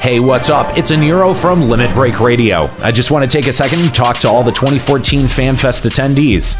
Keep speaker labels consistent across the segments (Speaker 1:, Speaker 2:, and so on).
Speaker 1: Hey, what's up? It's Enuro from Limit Break Radio. I just want to take a second and talk to all the 2014 FanFest attendees.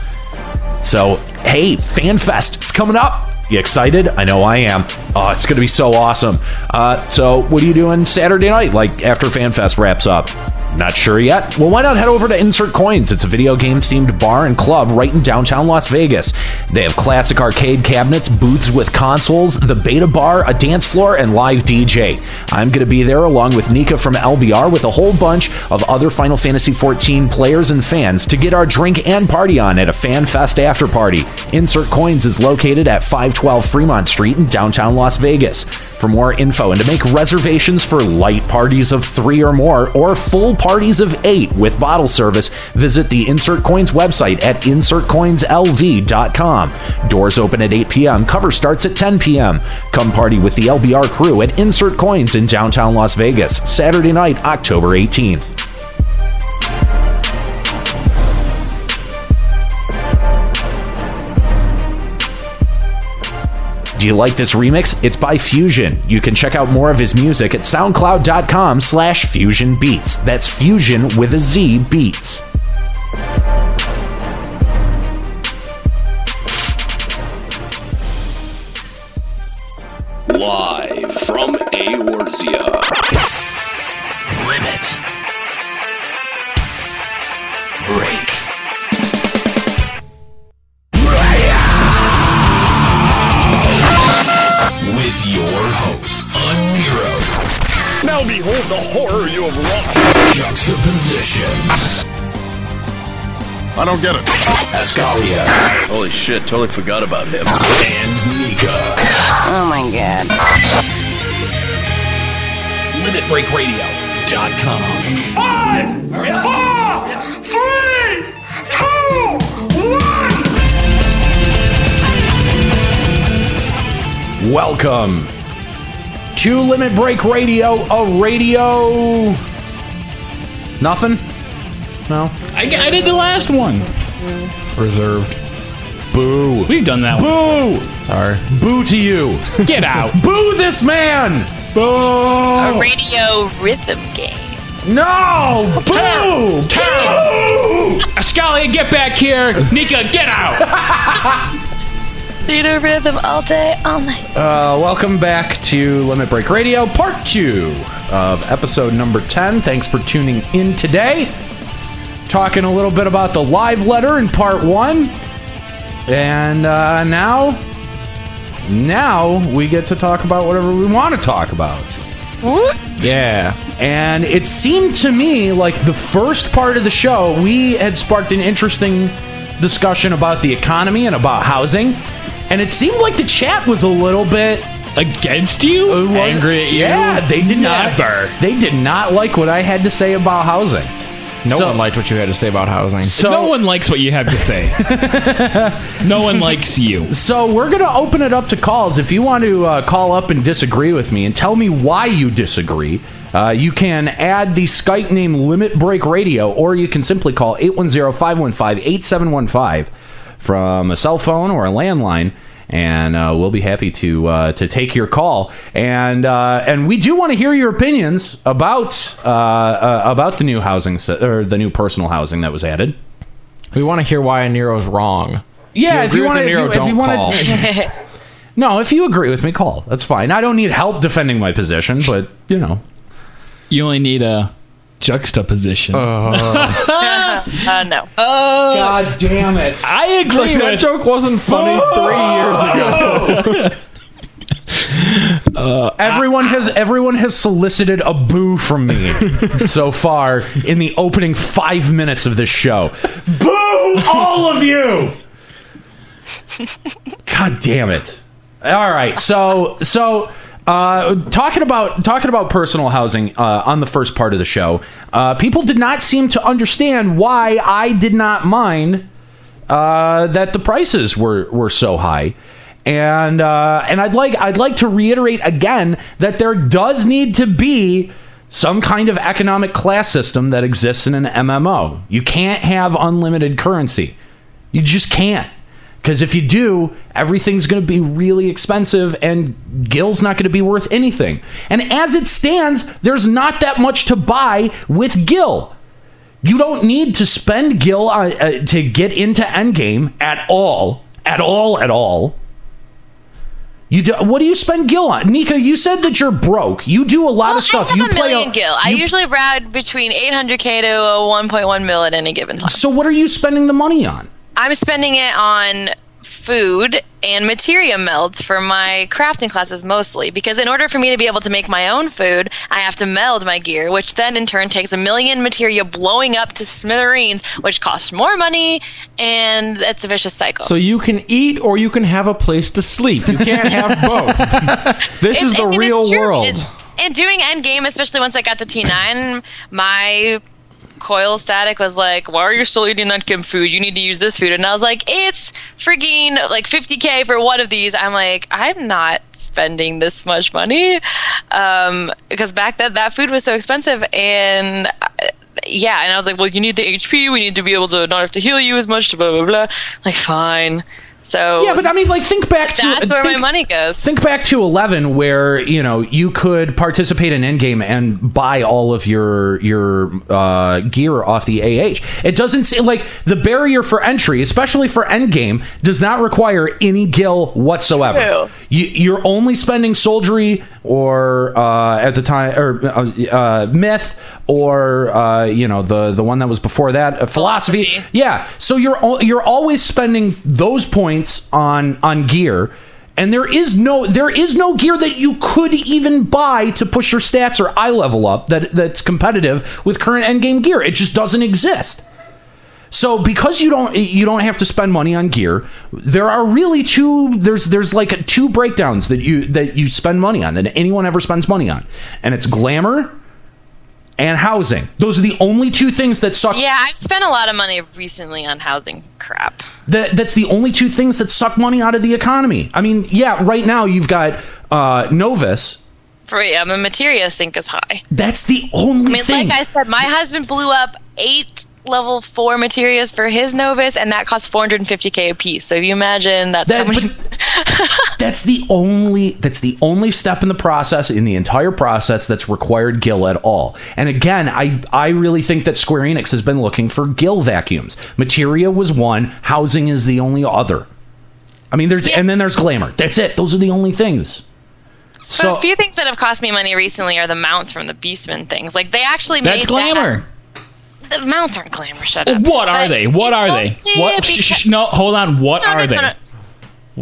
Speaker 1: So, hey, FanFest, it's coming up. You excited? I know I am. Oh, it's going to be so awesome. Uh, so, what are you doing Saturday night, like after FanFest wraps up? Not sure yet? Well, why not head over to Insert Coins? It's a video game themed bar and club right in downtown Las Vegas. They have classic arcade cabinets, booths with consoles, the beta bar, a dance floor, and live DJ. I'm going to be there along with Nika from LBR with a whole bunch of other Final Fantasy XIV players and fans to get our drink and party on at a fan fest after party. Insert Coins is located at 512 Fremont Street in downtown Las Vegas. For more info and to make reservations for light parties of three or more or full parties of eight with bottle service, visit the Insert Coins website at insertcoinslv.com. Doors open at 8 p.m., cover starts at 10 p.m. Come party with the LBR crew at Insert Coins in downtown Las Vegas, Saturday night, October 18th. Do you like this remix? It's by Fusion. You can check out more of his music at soundcloud.com slash fusion beats. That's fusion with a Z beats.
Speaker 2: Live from Aorzia.
Speaker 3: Limit. Break. With your hosts, Nero.
Speaker 4: Now behold the horror you have wrought.
Speaker 3: Juxtaposition.
Speaker 4: I don't get it.
Speaker 3: Ascalia.
Speaker 5: Holy shit, totally forgot about him.
Speaker 3: And Nika.
Speaker 6: Oh my god.
Speaker 3: LimitBreakRadio.com.
Speaker 7: Five, four, three, two, one.
Speaker 1: Welcome to Limit Break Radio, a radio. Nothing? No?
Speaker 8: I, I did the last one.
Speaker 9: Reserved.
Speaker 1: Boo.
Speaker 8: We've done that one.
Speaker 1: Boo!
Speaker 9: Sorry.
Speaker 1: Boo to you!
Speaker 8: Get out.
Speaker 1: Boo this man!
Speaker 8: Oh,
Speaker 10: A radio rhythm game.
Speaker 1: No! Boo!
Speaker 8: Ascalia, get back here. Nika, get out.
Speaker 10: Theater rhythm all day, all night.
Speaker 9: Uh, welcome back to Limit Break Radio, part two of episode number 10. Thanks for tuning in today. Talking a little bit about the live letter in part one. And uh, now, now we get to talk about whatever we want to talk about. Yeah. And it seemed to me like the first part of the show, we had sparked an interesting discussion about the economy and about housing. And it seemed like the chat was a little bit
Speaker 8: Against you?
Speaker 9: it was- Yeah, they did
Speaker 8: Never.
Speaker 9: not. They did not like what I had to say about housing.
Speaker 11: No
Speaker 9: So-
Speaker 11: one liked what you had to say about housing.
Speaker 9: So,
Speaker 8: no one likes what you have to say. no one likes you.
Speaker 9: so we're gonna open it up to calls. If you want to uh, call up and disagree with me and tell me why you disagree. Uh, you can add the Skype name Limit Break Radio, or you can simply call 810 515 8715 from a cell phone or a landline, and uh, we'll be happy to uh, to take your call. And uh, and we do want to hear your opinions about uh, uh, about the new housing se- or the new personal housing that was added.
Speaker 11: we want to hear why Nero's wrong.
Speaker 9: Yeah,
Speaker 11: If
Speaker 9: if
Speaker 11: you
Speaker 9: you want
Speaker 11: agree
Speaker 9: to,
Speaker 11: with
Speaker 9: if
Speaker 11: De
Speaker 9: you,
Speaker 11: Niro,
Speaker 9: if you
Speaker 11: don't
Speaker 9: want
Speaker 11: call.
Speaker 9: to, no, if you agree with me, call. That's fine. I don't need help defending my position, but you know,
Speaker 8: You only need a juxtaposition.
Speaker 10: Uh, no.
Speaker 1: Oh,
Speaker 9: God damn it!
Speaker 8: I agree with.
Speaker 11: joke wasn't funny three years ago.
Speaker 9: Everyone has everyone has solicited a boo from me so far in the opening five minutes of this show. Boo, all of you! God damn it! All right, so so uh, talking about talking about personal housing uh, on the first part of the show, uh, people did not seem to understand why I did not mind uh, that the prices were were so high. And uh, and I'd like I'd like to reiterate again that there does need to be some kind of economic class system that exists in an MMO. You can't have unlimited currency. You just can't.
Speaker 1: Because if you do, everything's going to be really expensive and Gil's not going to be worth anything. And as it stands, there's not that much to buy with Gil. You don't need to spend Gil on, uh, to get into Endgame at all. At all, at all. You do, what do you spend Gil on? Nika, you said that you're broke. You do a lot of
Speaker 10: I
Speaker 1: stuff.
Speaker 10: have
Speaker 1: you
Speaker 10: a million
Speaker 1: a-
Speaker 10: gil. I usually ride between 800k to a 1.1 mil at any given time.
Speaker 1: So what are you spending the money on?
Speaker 10: I'm spending it on food and materia melds for my crafting classes mostly because in order for me to be able to make my own food i have to meld my gear which then in turn takes a million materia blowing up to smithereens which costs more money and it's a vicious cycle
Speaker 11: So you can eat or you can have a place to sleep. You can't have both. this is
Speaker 10: It's-
Speaker 11: the
Speaker 10: I mean, it's
Speaker 11: real
Speaker 10: true.
Speaker 11: world.
Speaker 10: It's- and doing Endgame, especially once I got to T9, my coil static was like, why are you still eating that Kim food? You need to use this food. And I was like, it's freaking like 50K for one of these. I'm like, I'm not spending this much money. Um, because back then, that food was so expensive. And I, yeah, and I was like, well, you need the HP. We need to be able to not have to heal you as much, blah, blah, blah. like, fine. So
Speaker 1: Yeah, but I mean, like, think back to
Speaker 10: that's where my
Speaker 1: think-
Speaker 10: money goes.
Speaker 1: Think back to eleven, where you know you could participate in Endgame and buy all of your your uh, gear off the AH. It doesn't seem like the barrier for entry, especially for Endgame, does not require any gil whatsoever.
Speaker 10: True.
Speaker 1: You, you're only spending soldiery or uh, at the time or uh, uh, myth or uh, you know the the one that was before that uh, philosophy.
Speaker 10: Philosophy.
Speaker 1: Yeah, so you're al- you're always spending those points on on gear, and there is no there is no gear that you could even buy to push your stats or eye level up that that's competitive with current endgame gear. It just doesn't exist. So because you don't you don't have to spend money on gear, there are really two there's there's like two breakdowns that you that you spend money on that anyone ever spends money on, and it's glamour and housing. Those are the only two things that suck
Speaker 10: Yeah, I've spent a lot of money recently on housing crap.
Speaker 1: that that's the only two things that suck money out of the economy. I mean, yeah, right now you've got uh, Novus.
Speaker 10: For yeah, my materials sink is high.
Speaker 1: That's the only
Speaker 10: I mean,
Speaker 1: thing.
Speaker 10: like I said, my husband blew up eight level four materials for his Novus, and that cost 450k a piece. So if you imagine that's
Speaker 1: that,
Speaker 10: how many.
Speaker 1: but that's the only that's the only step in the process in the entire process that's required Gil at all. And again, I I really think that Square Enix has been looking for Gil vacuums. Materia was one. Housing is the only other. I mean, there's
Speaker 10: Yeah.
Speaker 1: and then there's glamour. That's it. Those are the only things.
Speaker 10: So
Speaker 1: So
Speaker 10: a few things that have cost me money recently are the mounts from the Beastman things. Like they actually made
Speaker 8: That's
Speaker 10: that-
Speaker 8: glamour.
Speaker 10: the mounts aren't glamour. Shut up.
Speaker 8: What are
Speaker 10: But
Speaker 8: they? What
Speaker 10: it's
Speaker 8: are they?
Speaker 10: mostly
Speaker 8: What?
Speaker 10: because-
Speaker 8: Shh, shh, shh, no, hold on. What
Speaker 10: No, no,
Speaker 8: are
Speaker 10: no,
Speaker 8: they?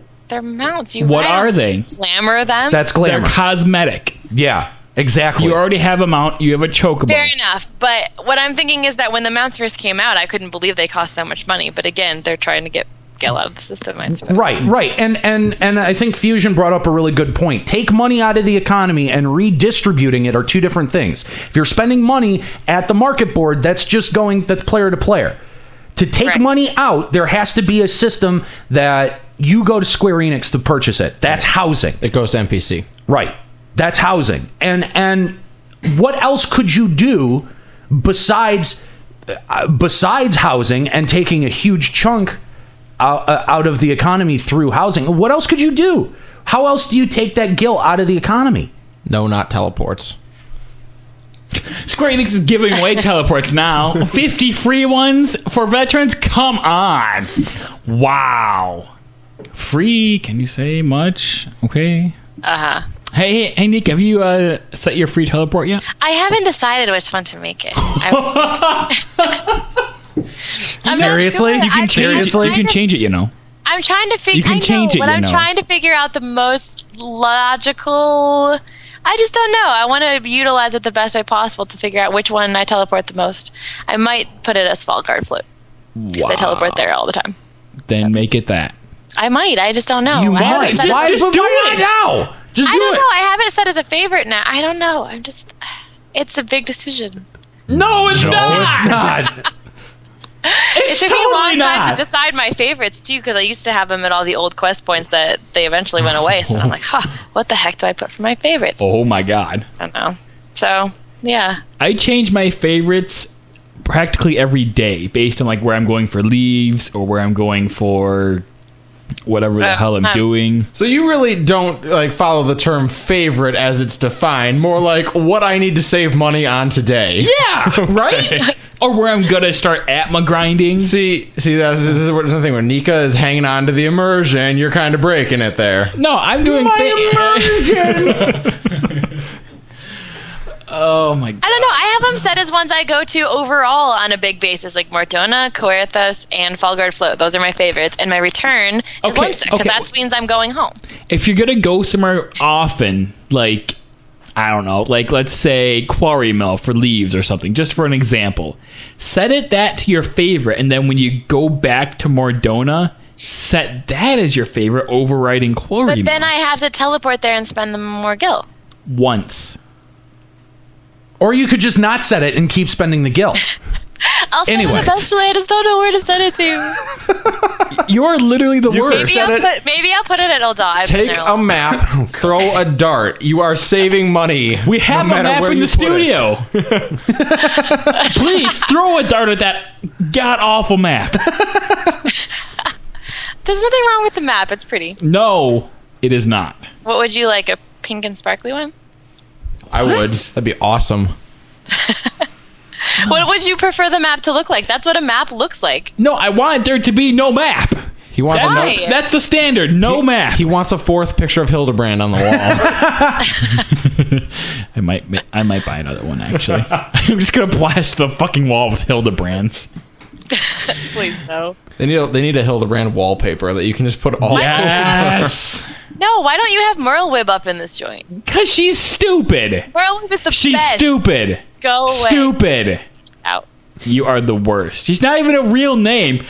Speaker 10: no. They're mounts. You
Speaker 8: What
Speaker 10: I
Speaker 8: are
Speaker 10: don't
Speaker 8: they?
Speaker 10: Glamour them.
Speaker 1: that's
Speaker 8: They're
Speaker 1: glamour.
Speaker 8: cosmetic.
Speaker 1: yeah, exactly.
Speaker 8: You already have a mount. You have a chocobo.
Speaker 10: Fair enough, but what I'm thinking is that when the mounts first came out, I couldn't believe they cost so much money. But again, they're trying to get Gil out of the system. I suppose.
Speaker 1: Right, right. And and and I think Fusion brought up a really good point. Take money out of the economy and redistributing it are two different things. If you're spending money at the market board, that's just going that's player to player. To take
Speaker 10: Right.
Speaker 1: money out, there has to be a system that you go to Square Enix to purchase it. That's housing.
Speaker 11: it goes to NPC.
Speaker 1: Right. That's housing. And and what else could you do besides uh, besides housing and taking a huge chunk out, uh, out of the economy through housing? What else could you do? How else do you take that gill out of the economy?
Speaker 11: No, not teleports.
Speaker 8: Square Enix is giving away teleports now. 50 free ones for veterans? Come on. Wow. Free, can you say much? Okay.
Speaker 10: Uh
Speaker 1: Uh-huh.
Speaker 10: huh.
Speaker 8: Hey, hey, hey Nick, have you uh, set your free teleport yet?
Speaker 10: I haven't decided which one to make it. I, I'm not
Speaker 1: Seriously?
Speaker 10: sure.
Speaker 1: You can
Speaker 10: I'm
Speaker 1: change-
Speaker 10: trying
Speaker 1: Seriously?
Speaker 8: You
Speaker 10: to-
Speaker 8: can change it, you know.
Speaker 10: I'm trying to figure.
Speaker 8: You can
Speaker 10: I know,
Speaker 8: change it,
Speaker 10: but
Speaker 8: you
Speaker 10: I'm
Speaker 8: know.
Speaker 10: trying to figure out the most logical. I just don't know. I want to utilize it the best way possible to figure out which one I teleport the most. I might put it as Svalgard float because I teleport there all the time.
Speaker 8: Then make it that.
Speaker 10: I might. I just don't know. I haven't
Speaker 1: might.
Speaker 10: set it-
Speaker 1: why,
Speaker 8: just
Speaker 1: but
Speaker 8: do
Speaker 1: why
Speaker 8: it.
Speaker 1: not now? Just
Speaker 10: I
Speaker 1: do
Speaker 10: don't
Speaker 1: it.
Speaker 10: know. I have it set as a favorite now. I don't know. I'm just. It's a big decision.
Speaker 8: No, it's
Speaker 1: It's not.
Speaker 10: It took me a long
Speaker 8: totally
Speaker 10: time
Speaker 8: not.
Speaker 10: to decide my favorites too, because I used to have them at all the old quest points that they eventually went away. So I'm like, huh, what the heck do I put for my favorites?
Speaker 8: Oh my god.
Speaker 10: I don't know. So yeah,
Speaker 8: I change my favorites practically every day based on like where I'm going for leaves or where I'm going for whatever the
Speaker 10: Uh,
Speaker 8: hell I'm
Speaker 10: um,
Speaker 8: doing.
Speaker 11: So you really don't like follow the term favorite as it's defined, more like what I need to save money on today.
Speaker 8: Yeah, right. or where I'm gonna start at my grinding.
Speaker 11: See, see, that's, this is what the thing when Nika is hanging on to the immersion, you're kind of breaking it there.
Speaker 8: No, I'm doing. thi- oh my
Speaker 10: I don't know. I have them set as ones I go to overall on a big basis, like Mortona, Coerthas, and Falgard Float. Those are my favorites. And my return is
Speaker 8: Okay,
Speaker 10: Limsa, because
Speaker 8: okay.
Speaker 10: that means I'm going home.
Speaker 8: if you're gonna go somewhere often, like I don't know, like let's say quarry mill for leaves or something, just for an example, set it that to your favorite, and then when you go back to Mordona, set that as your favorite overriding quarry
Speaker 10: But then
Speaker 8: mill
Speaker 10: I have to teleport there and spend the more gil.
Speaker 8: once.
Speaker 1: Or you could just not set it and keep spending the guilt.
Speaker 10: I'll set
Speaker 1: Anyway.
Speaker 10: it eventually. I just don't know where to send it to.
Speaker 8: You are literally the
Speaker 10: Maybe
Speaker 8: worst.
Speaker 10: I'll, put, maybe I'll put it at Eldaw. I've been
Speaker 11: Take
Speaker 10: there
Speaker 11: a
Speaker 10: long.
Speaker 11: map, throw a dart. You are saving money.
Speaker 8: Oh, We have
Speaker 11: no
Speaker 8: a
Speaker 11: matter
Speaker 8: map
Speaker 11: where
Speaker 8: in
Speaker 11: you
Speaker 8: the
Speaker 11: put it.
Speaker 8: studio. Please throw a dart at that god awful map.
Speaker 10: There's nothing wrong with the map. It's pretty.
Speaker 8: No, it is not.
Speaker 10: What would you like? A pink and sparkly one?
Speaker 11: I would. That'd be awesome.
Speaker 10: What would you prefer the map to look like? That's what a map looks like.
Speaker 8: No, I want there to be no map.
Speaker 11: He wants
Speaker 8: That's,
Speaker 11: a
Speaker 10: Why?
Speaker 8: that's the standard. No map.
Speaker 11: He wants a fourth picture of Hildebrand on the wall.
Speaker 8: I might, ma- I might buy another one actually. I'm just gonna blast the fucking wall with Hildebrands.
Speaker 10: Please, no.
Speaker 11: they need a, they need a Hildebrand wallpaper that you can just put all.
Speaker 8: Yes,
Speaker 10: No, why don't you have Merle Whip up in this joint?
Speaker 8: because she's stupid.
Speaker 10: Merle Whip is the
Speaker 8: She's
Speaker 10: best.
Speaker 8: stupid.
Speaker 10: Go away.
Speaker 8: Stupid.
Speaker 10: Out.
Speaker 8: You are the worst. She's not even a real name.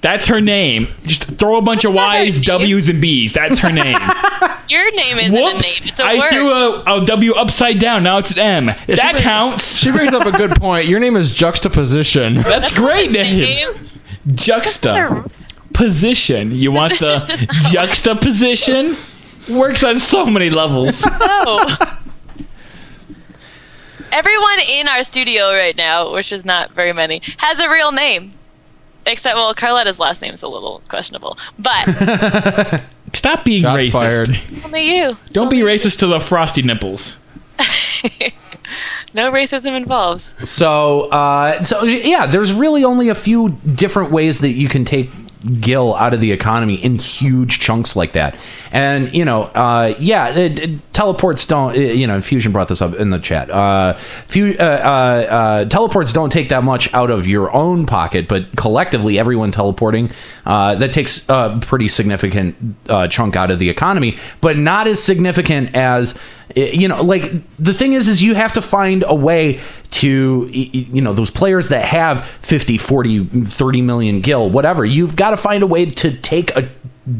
Speaker 8: That's her name. Just throw a bunch of
Speaker 10: That's not her
Speaker 8: Y's,
Speaker 10: name.
Speaker 8: W's, and B's. That's her name.
Speaker 10: Your name isn't a name.
Speaker 8: Whoops.
Speaker 10: It's a
Speaker 8: I
Speaker 10: word.
Speaker 8: threw a, a W upside down. Now it's an M. that
Speaker 11: brings-
Speaker 8: counts.
Speaker 11: She brings up a good point. Your name is juxtaposition.
Speaker 8: That's great name.
Speaker 10: name.
Speaker 8: Juxta. Position. You want the juxtaposition? Works on so many levels.
Speaker 10: No. Everyone in our studio right now, which is not very many, has a real name. Except, well, Carletta's last name's a little questionable. But
Speaker 8: Stop being
Speaker 11: Shots
Speaker 8: racist.
Speaker 11: fired.
Speaker 10: only you.
Speaker 8: Don't be racist to the frosty nipples.
Speaker 10: No racism involved.
Speaker 1: So, uh, so yeah, there's really only a few different ways that you can take Gil out of the economy in huge chunks like that. And you know, uh, yeah, it, it- teleports don't. eh, you know, Infusion brought this up in the chat. Uh, few, uh, uh, uh, teleports don't take that much out of your own pocket, but collectively, everyone teleporting uh, that takes a pretty significant uh, chunk out of the economy, but not as significant as eh, you know. Like the thing is, is you have to find a way to y- y- you know those players that have 50 40 30 million gil whatever you've got to find a way to take a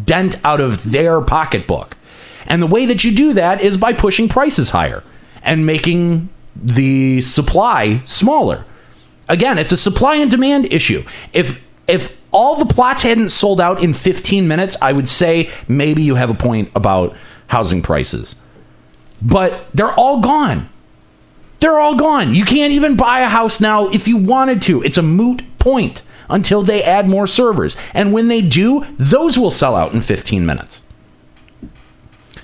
Speaker 1: dent out of their pocketbook and the way that you do that is by pushing prices higher and making the supply smaller again it's a supply and demand issue if if all the plots hadn't sold out in 15 minutes i would say maybe you have a point about housing prices but they're all gone they're all gone. You can't even buy a house now if you wanted to. It's a moot point until they add more servers. And when they do, those will sell out in 15 minutes.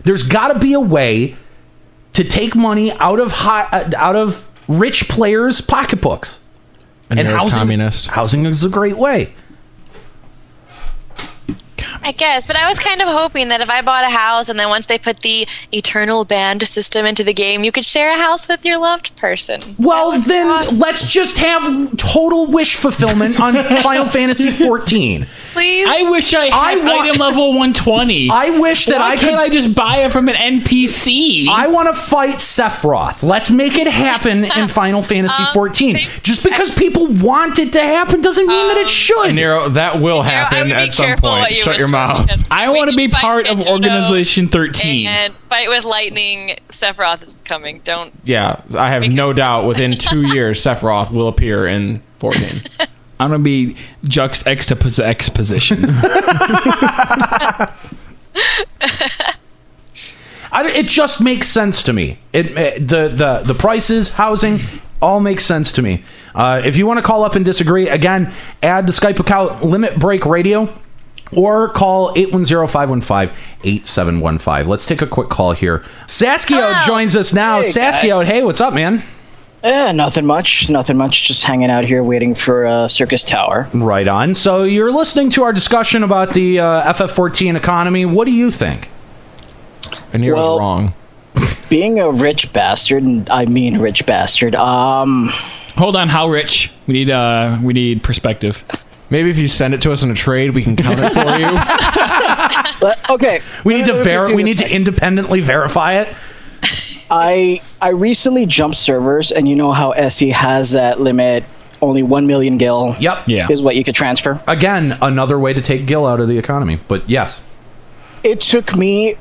Speaker 1: There's got to be a way to take money out of high, uh, out of rich players' pocketbooks.
Speaker 11: And, there's
Speaker 1: housing,
Speaker 11: communist.
Speaker 1: housing is a great way.
Speaker 10: I guess, but I was kind of hoping that if I bought a house and then once they put the eternal band system into the game, you could share a house with your loved person.
Speaker 1: Well, then
Speaker 8: uh,
Speaker 1: let's just have total wish fulfillment on Final Fantasy 14.
Speaker 10: Please.
Speaker 8: I wish I had
Speaker 1: I wa-
Speaker 8: item level 120.
Speaker 1: I wish that
Speaker 8: Why
Speaker 1: I
Speaker 8: can't
Speaker 1: could
Speaker 8: I just buy it from an NPC?
Speaker 1: I want to fight Sephiroth. Let's make it happen in Final Fantasy
Speaker 10: Um,
Speaker 1: 14.
Speaker 10: they- Um,
Speaker 1: Just because people want it to happen doesn't mean that it should.
Speaker 11: Nero, that will
Speaker 10: Nero, I
Speaker 11: happen
Speaker 10: would be
Speaker 11: at some
Speaker 10: careful
Speaker 11: point.
Speaker 10: what you
Speaker 11: Shut
Speaker 10: wish
Speaker 11: your
Speaker 10: for,
Speaker 11: mouth.
Speaker 10: because
Speaker 8: I
Speaker 10: we
Speaker 8: want to
Speaker 10: need
Speaker 8: be
Speaker 10: fight
Speaker 8: part of
Speaker 10: Santino
Speaker 8: Organization 13.
Speaker 10: And fight with lightning. Sephiroth is coming. Don't.
Speaker 11: Yeah, I have no doubt. Within two years, Sephiroth will appear in 14.
Speaker 8: I'm gonna be juxt extapos- exposition.
Speaker 1: uh, I- it just makes sense to me. It, it- the the the prices, housing, all makes sense to me. Uh, if you want to call up and disagree, again, add the Skype account Limit Break Radio or call 810-515-8715. Let's take a quick call here. Saskio
Speaker 10: Hello.
Speaker 1: joins us now.
Speaker 6: Hey,
Speaker 1: Saskio, hey, what's up, man?
Speaker 6: Yeah, Eh, nothing much. Nothing much. Just hanging out here waiting for uh, Circus Tower.
Speaker 1: Right on. So you're listening to our discussion about the uh, FF14 economy. What do you think?
Speaker 11: And you're
Speaker 6: Well-
Speaker 11: wrong.
Speaker 6: Being a rich bastard, and I mean rich bastard, um,
Speaker 8: Hold on, how rich? We need uh we need perspective.
Speaker 11: Maybe if you send it to us in a trade, we can count it for you.
Speaker 6: but- okay.
Speaker 1: We need to ver-
Speaker 6: verify.
Speaker 1: we need to independently verify it.
Speaker 6: I I recently jumped servers, and you know how SE has that limit, only one million gil.
Speaker 1: Yep.
Speaker 8: Yeah.
Speaker 6: Is what you could transfer.
Speaker 1: Again, another way to take Gil out of the economy. But yes.
Speaker 6: It took me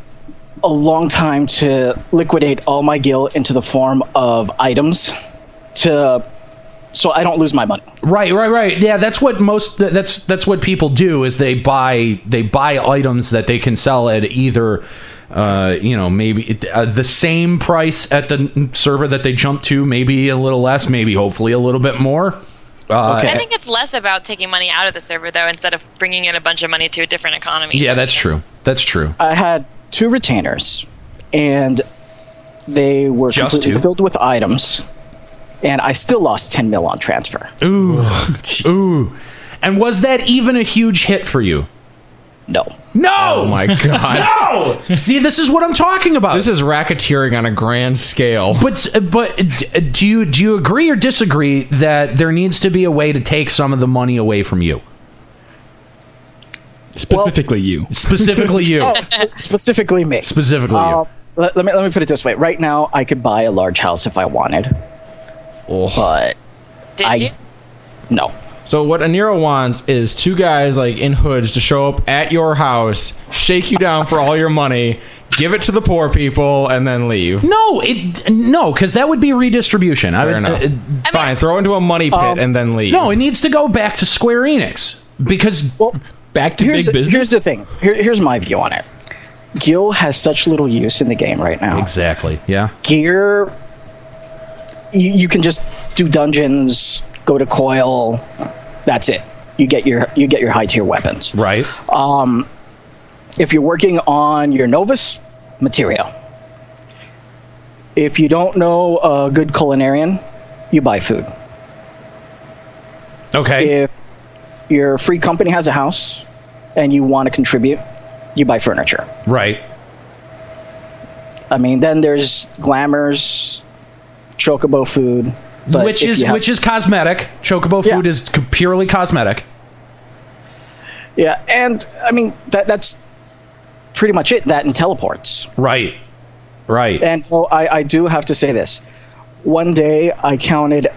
Speaker 6: a long time to liquidate all my gil into the form of items, to so I don't lose my money.
Speaker 1: Right, right, right. Yeah, that's what most that's that's what people do is they buy they buy items that they can sell at either uh, you know, maybe uh, the same price at the server that they jump to, maybe a little less, maybe hopefully a little bit more. Uh,
Speaker 10: I think it's less about taking money out of the server though, instead of bringing in a bunch of money to a different economy.
Speaker 1: Yeah, that's true. That's true.
Speaker 6: I had two retainers, and they were
Speaker 1: Just
Speaker 6: completely
Speaker 1: two?
Speaker 6: filled with items, and I still lost ten mil on transfer.
Speaker 1: Ooh, ooh. And was that even a huge hit for you?
Speaker 6: No.
Speaker 1: No.
Speaker 11: oh my god.
Speaker 1: No. See, this is what I'm talking about.
Speaker 11: This is racketeering on a grand scale.
Speaker 1: But but d- do you do you agree or disagree that there needs to be a way to take some of the money away from you,
Speaker 8: Specifically you.
Speaker 1: specifically you,
Speaker 6: Oh, sp- specifically me.
Speaker 1: specifically
Speaker 6: Uh,
Speaker 1: you?
Speaker 6: let, let me let me put it this way. Right now, I could buy a large house if I wanted,
Speaker 1: Oh.
Speaker 6: but
Speaker 10: Did
Speaker 6: I
Speaker 10: you?
Speaker 6: no.
Speaker 11: So what Anira wants is two guys like in hoods to show up at your house, shake you down for all your money, give it to the poor people, and then leave.
Speaker 1: No, it no, because that would be redistribution. I
Speaker 11: Fair
Speaker 1: would-
Speaker 11: enough.
Speaker 1: uh,
Speaker 11: Fine, throw into a money pit and then leave.
Speaker 1: um, no, it needs to go back to Square Enix because
Speaker 6: Well,
Speaker 8: Back to
Speaker 6: here's
Speaker 8: big
Speaker 6: the,
Speaker 8: business.
Speaker 6: here's the thing. Here, here's my view on it. Gil has such little use in the game right now.
Speaker 1: exactly, yeah,
Speaker 6: gear you, you can just do dungeons go to coil that's it you get your you get your high tier weapons
Speaker 1: right,
Speaker 6: if you're working on your novus material if you don't know a good culinarian you buy food
Speaker 1: okay,
Speaker 6: if your free company has a house and you want to contribute you buy furniture
Speaker 1: right,
Speaker 6: i mean then there's glamours chocobo food but
Speaker 1: which
Speaker 6: if
Speaker 1: is
Speaker 6: you have-
Speaker 1: which is cosmetic. Chocobo
Speaker 6: Yeah.
Speaker 1: food is c- purely cosmetic.
Speaker 6: Yeah, and I mean that that's pretty much it. That and teleports.
Speaker 1: Right, right.
Speaker 6: And oh, I, I do have to say this. One day I counted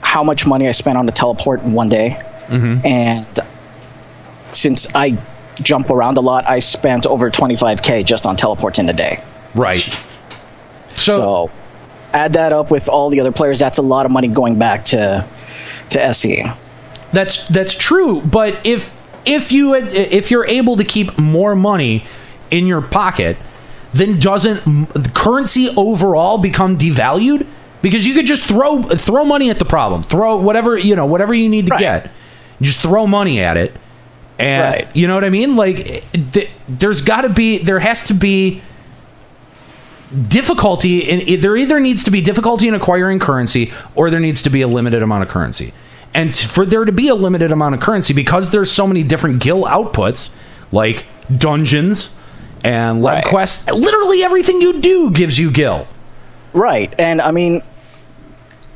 Speaker 6: how much money I spent on a teleport in one day, and since I jump around a lot, I spent over twenty five k just on teleports in a day.
Speaker 1: Right. So,
Speaker 6: So add that up with all the other players. That's a lot of money going back to to E. SE.
Speaker 1: that's that's true, but if if you had, if you're able to keep more money in your pocket, then doesn't m- the currency overall become devalued? Because you could just throw throw money at the problem, throw whatever you know, whatever you need to
Speaker 6: Right.
Speaker 1: get, just throw money at it, and
Speaker 6: Right.
Speaker 1: you know what I mean. Like th- there's got to be there has to be difficulty in it- there either needs to be difficulty in acquiring currency or there needs to be a limited amount of currency and t- for there to be a limited amount of currency because there's so many different gil outputs like dungeons and lab
Speaker 6: Right.
Speaker 1: quests literally everything you do gives you gil
Speaker 6: Right. And I mean,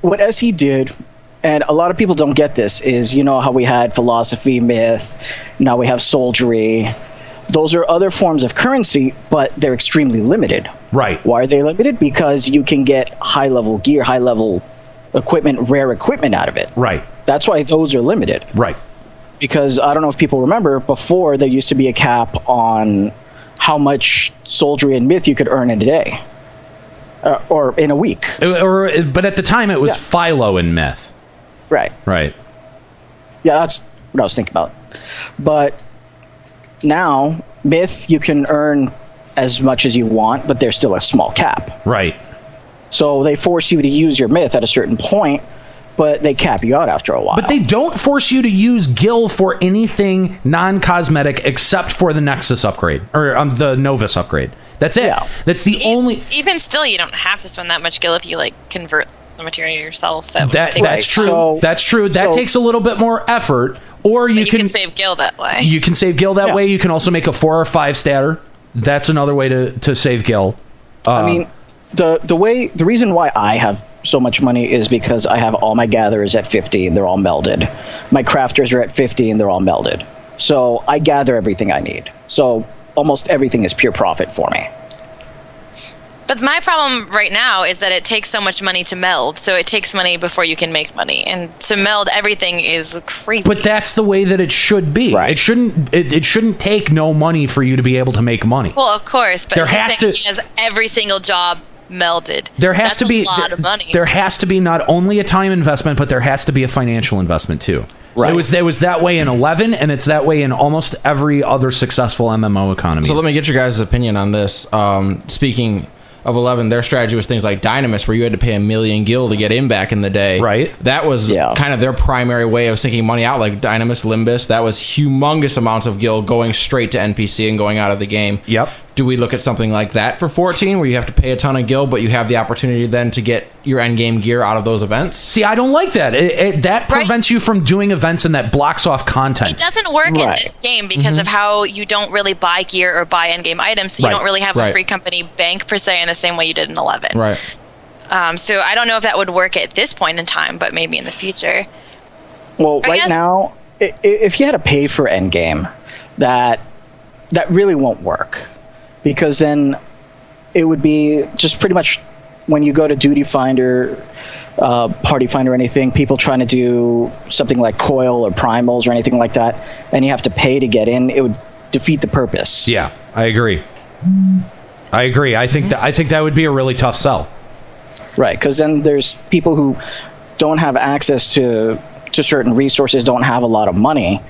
Speaker 6: what SE did, and a lot of people don't get this, is you know how we had philosophy, myth, now we have soldiery. Those are other forms of currency, but they're extremely limited.
Speaker 1: Right.
Speaker 6: Why are they limited? Because you can get high level gear, high level equipment, rare equipment out of it.
Speaker 1: right
Speaker 6: That's why those are limited
Speaker 1: right
Speaker 6: because I don't know if people remember before there used to be a cap on how much soldiery and myth you could earn in a day uh, or in a week.
Speaker 1: Uh, or, or- but at the time it was
Speaker 6: Yeah.
Speaker 1: philo and myth
Speaker 6: Right.
Speaker 1: right
Speaker 6: Yeah, that's what I was thinking about. But now myth you can earn as much as you want, but there's still a small cap.
Speaker 1: right
Speaker 6: So they force you to use your myth at a certain point, but they cap you out after a while.
Speaker 1: But they don't force you to use Gil for anything non-cosmetic except for the Nexus upgrade or um, the Novus upgrade. That's it. That's the only.
Speaker 10: Even still, you don't have to spend that much gil if you like convert the material yourself. That, would
Speaker 1: That,
Speaker 10: take
Speaker 1: that's true. that's true. That
Speaker 10: so-
Speaker 1: takes a little bit more effort, or you,
Speaker 10: you can, save gil that way.
Speaker 1: You can save Gil that way. You can also make a four or five statter. That's another way to, to save Gil. Uh,
Speaker 6: I mean, the the way the reason why I have so much money is because I have all my gatherers at 50 and they're all melded. My crafters are at 50 and they're all melded. So I gather everything I need. So almost everything is pure profit for me.
Speaker 10: But my problem right now is that it takes so much money to meld, so it takes money before you can make money, and to meld everything is crazy.
Speaker 1: but that's the way that it should be. It shouldn't. It, it shouldn't take no money for you to be able to make money.
Speaker 10: well, of course, but
Speaker 1: There
Speaker 10: he's
Speaker 1: has
Speaker 10: saying
Speaker 1: to-
Speaker 10: he has every single job melded.
Speaker 1: There has
Speaker 10: That's
Speaker 1: to be
Speaker 10: a lot
Speaker 1: there,
Speaker 10: of money.
Speaker 1: there has to be not only a time investment, but there has to be a financial investment too. So it
Speaker 11: Right.
Speaker 1: was it was that way in eleven, and it's that way in almost every other successful MMO economy.
Speaker 11: So let me get your guys' opinion on this. Um, speaking of Eleven, their strategy was things like Dynamis, where you had to pay a million gil to get in back in the day. Right. That was kind of their primary way of sinking money out, like Dynamis, Limbus. That was humongous amounts of gil going straight to NPC and going out of the game. Yep. Do we look at something like that for 14, where you have to pay a ton of gil, but you have the opportunity then to get your end game gear out of those events?
Speaker 1: See, I don't like that. It, it, that prevents you from doing events and that blocks off content.
Speaker 10: It doesn't work in
Speaker 1: Right.
Speaker 10: this game because
Speaker 11: Mm-hmm.
Speaker 10: of
Speaker 1: Mhm.
Speaker 10: how you don't really buy gear or buy in-game items, so you
Speaker 1: Right.
Speaker 10: don't really have
Speaker 1: Right.
Speaker 10: a free company bank per se in the same way you did in Eleven.
Speaker 11: Right.
Speaker 10: Um, so I don't know if that would work at this point in time, but maybe in the future.
Speaker 6: Well,
Speaker 10: I
Speaker 6: right
Speaker 10: guess-
Speaker 6: now, i- i- if you had to pay for Endgame, that that really won't work because then it would be just pretty much when you go to Duty Finder, uh, Party Finder, or anything. People trying to do something like Coil or Primals or anything like that, and you have to pay to get in. It would defeat the purpose.
Speaker 1: Yeah, I agree. I agree. I
Speaker 11: Hmm?
Speaker 1: think that I think that would be a really tough sell.
Speaker 6: Right, because then there's people who don't have access to to certain resources, don't have a lot of money,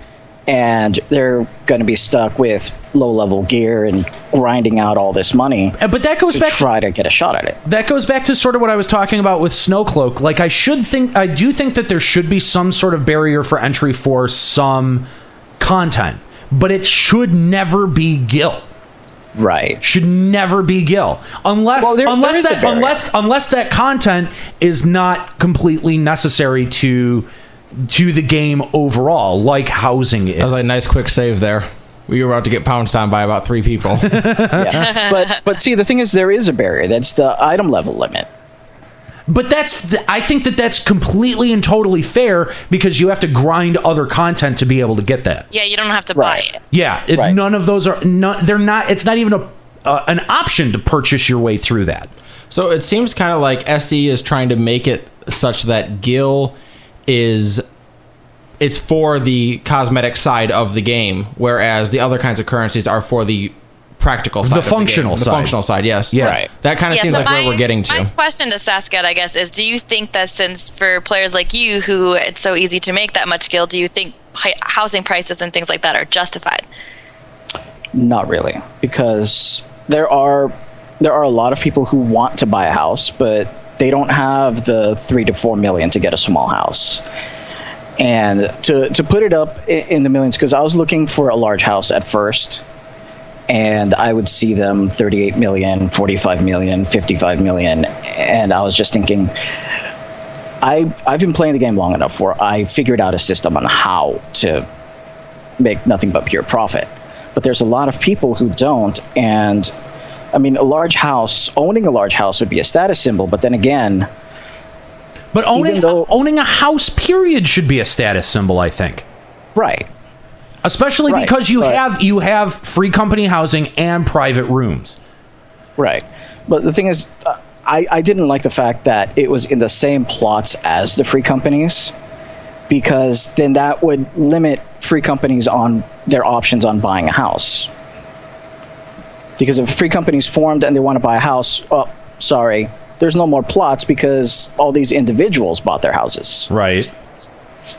Speaker 6: and they're going to be stuck with low level gear and grinding out all this money.
Speaker 1: But that goes
Speaker 6: to
Speaker 1: back-
Speaker 6: try to get a shot at it.
Speaker 1: That goes back to sort of what I was talking about with Snowcloak. Like I should think I do think that there should be some sort of barrier for entry for some content, but it should never be Gil.
Speaker 6: Right.
Speaker 1: Should never be Gil. Unless
Speaker 9: Well, there-
Speaker 1: unless
Speaker 9: there is a
Speaker 1: that
Speaker 9: barrier.
Speaker 1: unless unless that content is not completely necessary to to the game overall, like housing is.
Speaker 11: That was a nice quick save there. We were about to get pounced on by about three people.
Speaker 6: Yeah. but but see, the thing is, there is a barrier. That's the item level limit.
Speaker 1: But that's th- I think that that's completely and totally fair because you have to grind other content to be able to get that.
Speaker 10: Yeah, you don't have to buy it.
Speaker 1: Yeah, it, none of those are no, they're not it's not even a uh, an option to purchase your way through that.
Speaker 11: So it seems kind of like SE is trying to make it such that Gil is it's for the cosmetic side of the game, whereas the other kinds of currencies are for the practical
Speaker 1: The
Speaker 11: side, of game.
Speaker 1: functional
Speaker 11: the
Speaker 1: side.
Speaker 11: functional side. Yes,
Speaker 1: Yeah. Right.
Speaker 11: That kind of
Speaker 10: Yeah,
Speaker 11: seems
Speaker 10: so
Speaker 11: like where
Speaker 10: my-
Speaker 11: we're getting to.
Speaker 10: My question to Saskat, I guess, is: Do you think that since for players like you, who it's so easy to make that much gil, do you think hi- housing prices and things like that are justified?
Speaker 6: Not really, because there are there are a lot of people who want to buy a house, but they don't have the three to four million to get a small house. And to to put it up i- in the millions, because I was looking for a large house at first, and I would see them 38 million, 45 million, 55 million, and I was just thinking, I I've been playing the game long enough where I figured out a system on how to make nothing but pure profit. But there's a lot of people who don't. And I mean, a large house, owning a large house would be a status symbol. But then again,
Speaker 1: But owning owning a house period should be a status symbol, I think.
Speaker 6: Right.
Speaker 1: Especially
Speaker 6: Right,
Speaker 1: because you
Speaker 6: but-
Speaker 1: have you have free company housing and private rooms.
Speaker 6: right. But the thing is, uh, I, I didn't like the fact that it was in the same plots as the free companies because then that would limit free companies on their options on buying a house. Because if free companies formed and they want to buy a house, oh, sorry, there's no more plots because all these individuals bought their houses.
Speaker 1: Right.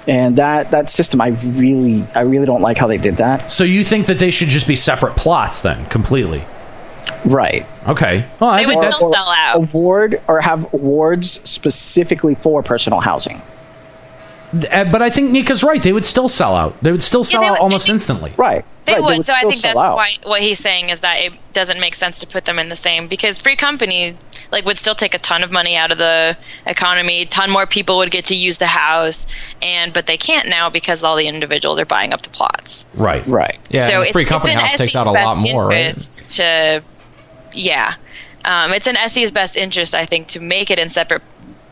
Speaker 6: And that that system, I really, I really don't like how they did that.
Speaker 1: So you think that they should just be separate plots then, completely?
Speaker 6: Right.
Speaker 1: Okay.
Speaker 10: They would
Speaker 6: Or-
Speaker 10: still
Speaker 6: or
Speaker 10: sell out.
Speaker 6: Award or have awards specifically for personal housing.
Speaker 1: Uh, But I think Nika's right. They would still sell out. They would still sell out almost instantly.
Speaker 6: Right.
Speaker 10: They would, so I think that's why what he's saying is that it doesn't make sense to put them in the same because free company like would still take a ton of money out of the economy, ton more people would get to use the house, and but they can't now because all the individuals are buying up the plots.
Speaker 1: Right.
Speaker 6: Right.
Speaker 10: so it's, it's in SE's best interest to, yeah, um, it's in SE's best interest, I think, to make it in separate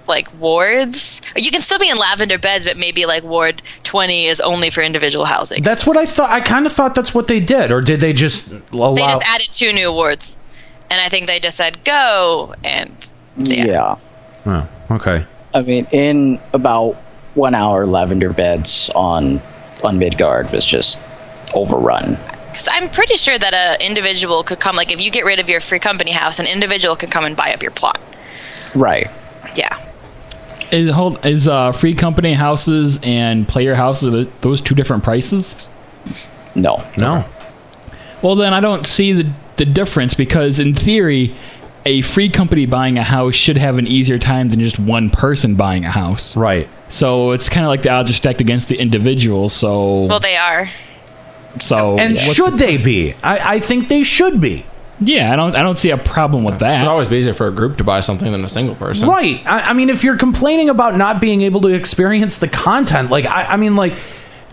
Speaker 10: like wards. You can still be in lavender beds, but maybe like ward twenty is only for individual housing.
Speaker 1: That's what I thought. I kind of thought that's what they did, or did they just allow?
Speaker 10: They just added two new wards, and I think they just said go and
Speaker 6: Yeah.
Speaker 1: Oh, okay.
Speaker 6: I mean, in about one hour, Lavender Beds on on Midgard was just overrun.
Speaker 10: because I'm pretty sure that a individual could come. Like if you get rid of your free company house, an individual could come and buy up your plot.
Speaker 6: Right.
Speaker 10: Yeah.
Speaker 8: Is hold is uh, free company houses and player houses are th- those two different prices?
Speaker 6: No,
Speaker 1: no.
Speaker 8: Well, then I don't see the the difference because in theory, a free company buying a house should have an easier time than just one person buying a house.
Speaker 1: Right.
Speaker 8: So it's kind of like the odds are stacked against the individual. So
Speaker 10: Well, they are.
Speaker 8: so
Speaker 1: And should they be? I, I think they should be.
Speaker 8: Yeah, I don't I don't see a problem with that. It's
Speaker 11: always be easier for a group to buy something than a single person.
Speaker 1: Right. I, I mean, if you're complaining about not being able to experience the content, like, I, I mean, like,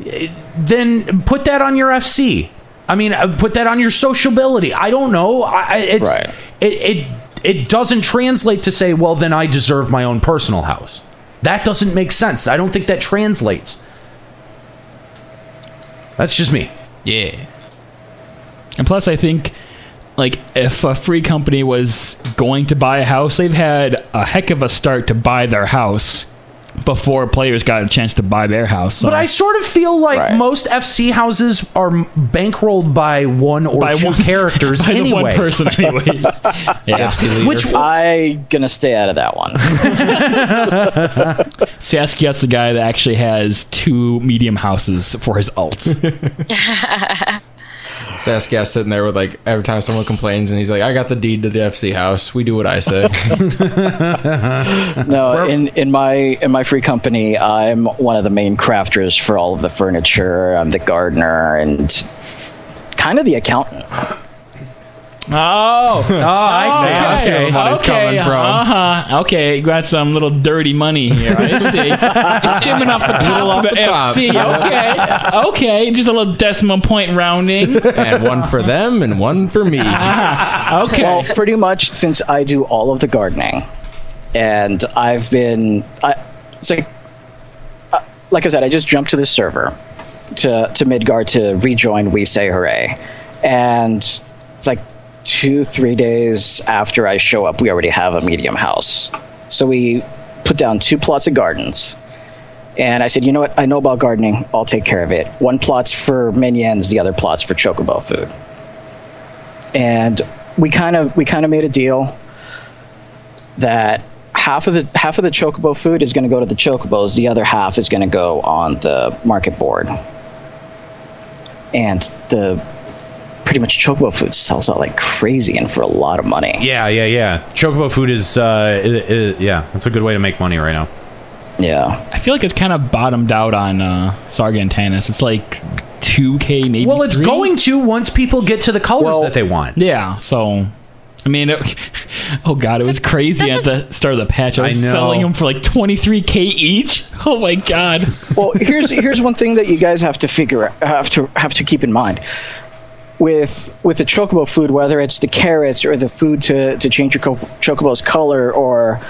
Speaker 1: eh, then put that on your FC. I mean, uh, put that on your sociability. I don't know. I, I- it's,
Speaker 6: Right.
Speaker 1: It, it, it doesn't translate to say, well, then I deserve my own personal house. That doesn't make sense. I don't think that translates. That's just me.
Speaker 11: Yeah.
Speaker 8: And plus, I think, like, if a free company was going to buy a house, they've had a heck of a start to buy their house before players got a chance to buy their house. So.
Speaker 1: But I sort of feel like most FC houses are m- bankrolled by one or two characters
Speaker 8: by the
Speaker 1: anyway.
Speaker 8: one person anyway.
Speaker 1: Which
Speaker 6: I gonna stay out of that one.
Speaker 8: Saskia's the guy that actually has two medium houses for his alts.
Speaker 11: Saskia E sitting there with like every time someone complains and he's like, I got the deed to the FC house. We do what I say.
Speaker 6: no, in in my in my free company, I'm one of the main crafters for all of the furniture. I'm the gardener and kind of the accountant.
Speaker 8: Oh, oh,
Speaker 1: I
Speaker 6: see. I see where the money's coming from.
Speaker 8: Uh-huh. Okay, you got some little dirty money here. I see. It's skimming off the top
Speaker 11: Little
Speaker 8: of
Speaker 11: off
Speaker 8: the,
Speaker 11: the top.
Speaker 8: FC. Okay, okay, just a little decimal point rounding.
Speaker 11: and one for them and one for me.
Speaker 8: okay.
Speaker 6: Well, pretty much since I do all of the gardening, and I've been, I, it's like, uh, like I said, I just jumped to the server, to to Midgard to rejoin We Say Hooray, and it's like two three days after I show up, we already have a medium house, so we put down two plots of gardens. And I said, you know what? I know about gardening. I'll take care of it. One plot's for minions, the other plot's for chocobo food and we kind of we kind of made a deal that half of the half of the chocobo food is going to go to the chocobos the other half is going to go on the market board and the pretty much chocobo food sells out like crazy and for a lot of money
Speaker 1: Yeah, yeah, yeah. Chocobo food is, uh, it, it- yeah, that's a good way to make money right now.
Speaker 6: Yeah.
Speaker 8: I feel like it's kind of bottomed out on uh, Sargantanis. It's like 2K, maybe.
Speaker 1: Well, it's
Speaker 8: three?
Speaker 1: going to once people get to the colors that they want.
Speaker 8: Yeah, so. I mean, it, oh god, it was crazy at the start of the patch. I was
Speaker 1: I know.
Speaker 8: selling them for like 23k each. Oh my god.
Speaker 6: well here's here's one thing that you guys have to figure have to have to keep in mind with with the chocobo food whether it's the carrots or the food to to change your co- chocobo's color or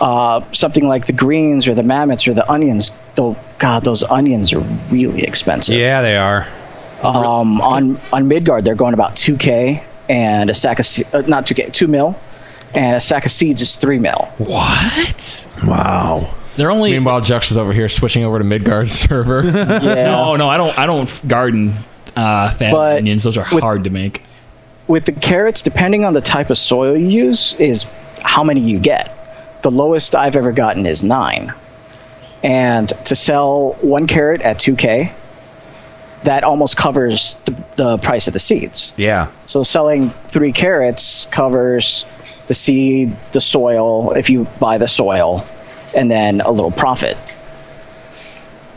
Speaker 6: uh, something like the greens or the mammoths or the onions though god those onions are really expensive
Speaker 1: Yeah, they are.
Speaker 6: um on on midgard they're going about 2k and a sack of se- uh, not 2k 2 mil and a sack of seeds is 3 mil
Speaker 8: What?
Speaker 1: Wow.
Speaker 8: They're only.
Speaker 11: Meanwhile, Jux is over here switching over to Midgard server.
Speaker 8: Oh, No, no, I don't. I don't garden uh, fat
Speaker 6: But
Speaker 8: onions. Those are hard to make.
Speaker 6: with the carrots, depending on the type of soil you use, is how many you get. The lowest I've ever gotten is nine. And to sell one carrot at 2K that almost covers the, the price of the seeds.
Speaker 1: Yeah.
Speaker 6: So selling three carrots covers the seed, the soil, if you buy the soil, and then a little profit.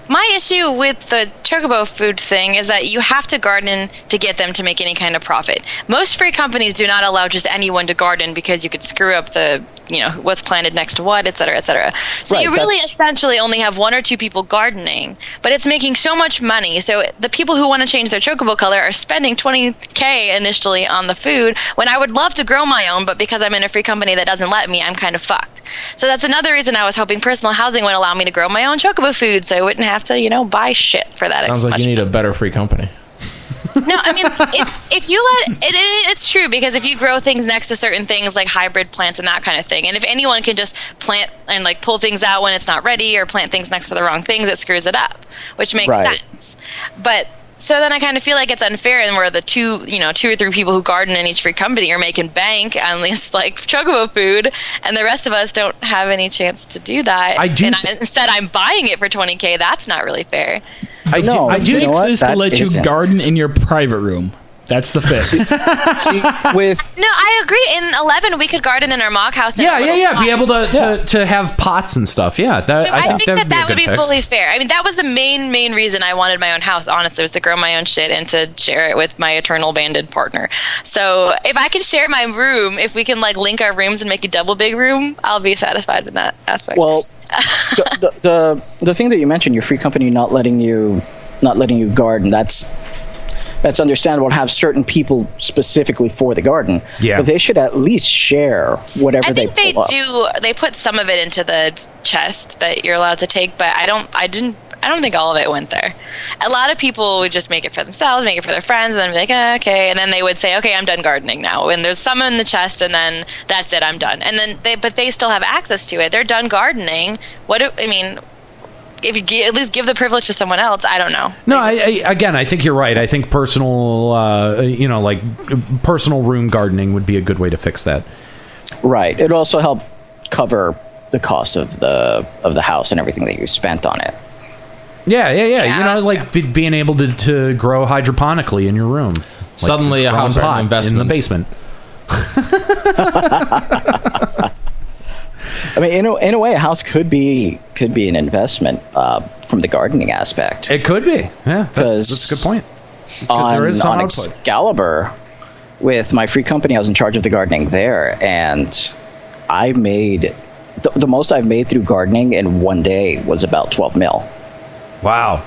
Speaker 10: My issue with the chocobo food thing is that you have to garden to get them to make any kind of profit. Most free companies do not allow just anyone to garden because you could screw up the, you know, what's planted next to what, et cetera, et cetera. So
Speaker 12: Right,
Speaker 10: you really
Speaker 12: that's-
Speaker 10: essentially only have one or two people gardening, but it's making so much money. So the people who want to change their chocobo color are spending 20K initially on the food when I would love to grow my own, but because I'm in a free company that doesn't let me, I'm kind of fucked. So that's another reason I was hoping personal housing would allow me to grow my own chocobo food so I wouldn't have to, you know, buy shit for that.
Speaker 11: Sounds
Speaker 10: expensive.
Speaker 11: like you need a better free company.
Speaker 10: No, I mean it's if you let it, it, it's true because if you grow things next to certain things like hybrid plants and that kind of thing, and if anyone can just plant and like pull things out when it's not ready or plant things next to the wrong things, it screws it up, which makes
Speaker 12: Right.
Speaker 10: sense. But so then I kind of feel like it's unfair, and where the two you know two or three people who garden in each free company are making bank on this like chocobo food, and the rest of us don't have any chance to do that.
Speaker 1: I do
Speaker 10: And
Speaker 1: s-
Speaker 10: instead, I'm buying it for twenty k. That's not really fair.
Speaker 1: I do-
Speaker 8: I do
Speaker 1: you know what?
Speaker 8: exist to
Speaker 1: That
Speaker 8: let you
Speaker 1: isn't.
Speaker 8: garden in your private room. That's the fix.
Speaker 6: with
Speaker 10: No, I agree. In eleven, we could garden in our mock house. in
Speaker 1: Yeah,
Speaker 10: a
Speaker 1: yeah,
Speaker 10: little
Speaker 1: yeah. Be
Speaker 10: plot.
Speaker 1: able to, to, to have pots and stuff. Yeah, that,
Speaker 10: So I, think, that that would be
Speaker 1: fixed.
Speaker 10: fully fair. I mean, that was the main main reason I wanted my own house. Honestly, was to grow my own shit and to share it with my eternal banded partner. So if I can share my room, if we can like link our rooms and make a double big room, I'll be satisfied in that aspect.
Speaker 6: Well, the, the, the the thing that you mentioned, your free company not letting you not letting you garden, that's that's understandable. Have certain people specifically for the garden,
Speaker 12: Yeah.
Speaker 6: But they should at least share whatever
Speaker 10: I think
Speaker 6: they
Speaker 10: they,
Speaker 6: pull up.
Speaker 10: do. They put some of it into the chest that you're allowed to take, but I don't. I didn't. I don't think all of it went there. A lot of people would just make it for themselves, make it for their friends, and then be like, "Ah, okay, and then they would say, okay, I'm done gardening now. And there's some in the chest, and then that's it, I'm done. And then they, but they still have access to it. They're done gardening. What do I mean? If you gi- at least give the privilege to someone else, I don't know.
Speaker 1: No, I, I, again, I think you're right. I think personal, uh, you know, like personal room gardening would be a good way to fix that.
Speaker 6: Right. It also help cover the cost of the of the house and everything that you spent on it.
Speaker 1: Yeah, yeah, yeah. you know, like be, being able to, to grow hydroponically in your room. Like,
Speaker 11: Suddenly, a
Speaker 1: grow
Speaker 11: house is an
Speaker 1: pot in
Speaker 11: investment.
Speaker 1: the basement.
Speaker 6: I mean, in a, in a way, a house could be could be an investment uh, from the gardening aspect.
Speaker 1: It could be, yeah.
Speaker 6: That's, a good point. On,
Speaker 1: there is some
Speaker 6: on
Speaker 1: output.
Speaker 6: Excalibur, with my free company, I was in charge of the gardening there, and I made the, the most I've made through gardening in one day was about twelve mil.
Speaker 1: Wow.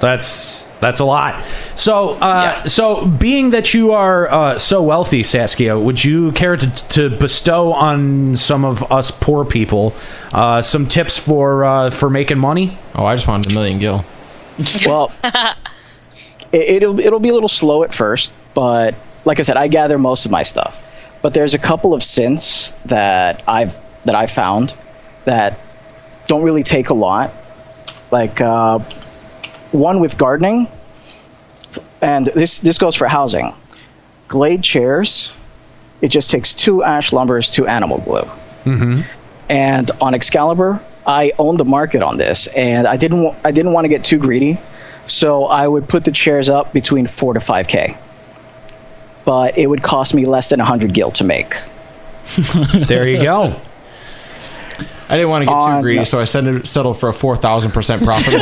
Speaker 1: That's that's a lot. So, uh, so being that you are uh, so wealthy, Saskia, would you care to, to bestow on some of us poor people uh, some tips for uh, for making money?
Speaker 11: Oh, I just wanted a million gil.
Speaker 6: well, it, it'll it'll be a little slow at first, but like I said, I gather most of my stuff. But there's a couple of synths that I've that I found that don't really take a lot. Like uh, one with gardening, and this this goes for housing. Glade chairs. It just takes two ash lumbers, two animal glue
Speaker 12: Mm-hmm.
Speaker 6: and on Excalibur, I owned the market on this, and I didn't wa- I didn't want to get too greedy, so I would put the chairs up between four to five k. But it would cost me less than hundred gil to make.
Speaker 1: there you go.
Speaker 11: I didn't want to get
Speaker 6: On-
Speaker 11: too greedy, so I settled, settled for a four thousand percent profit.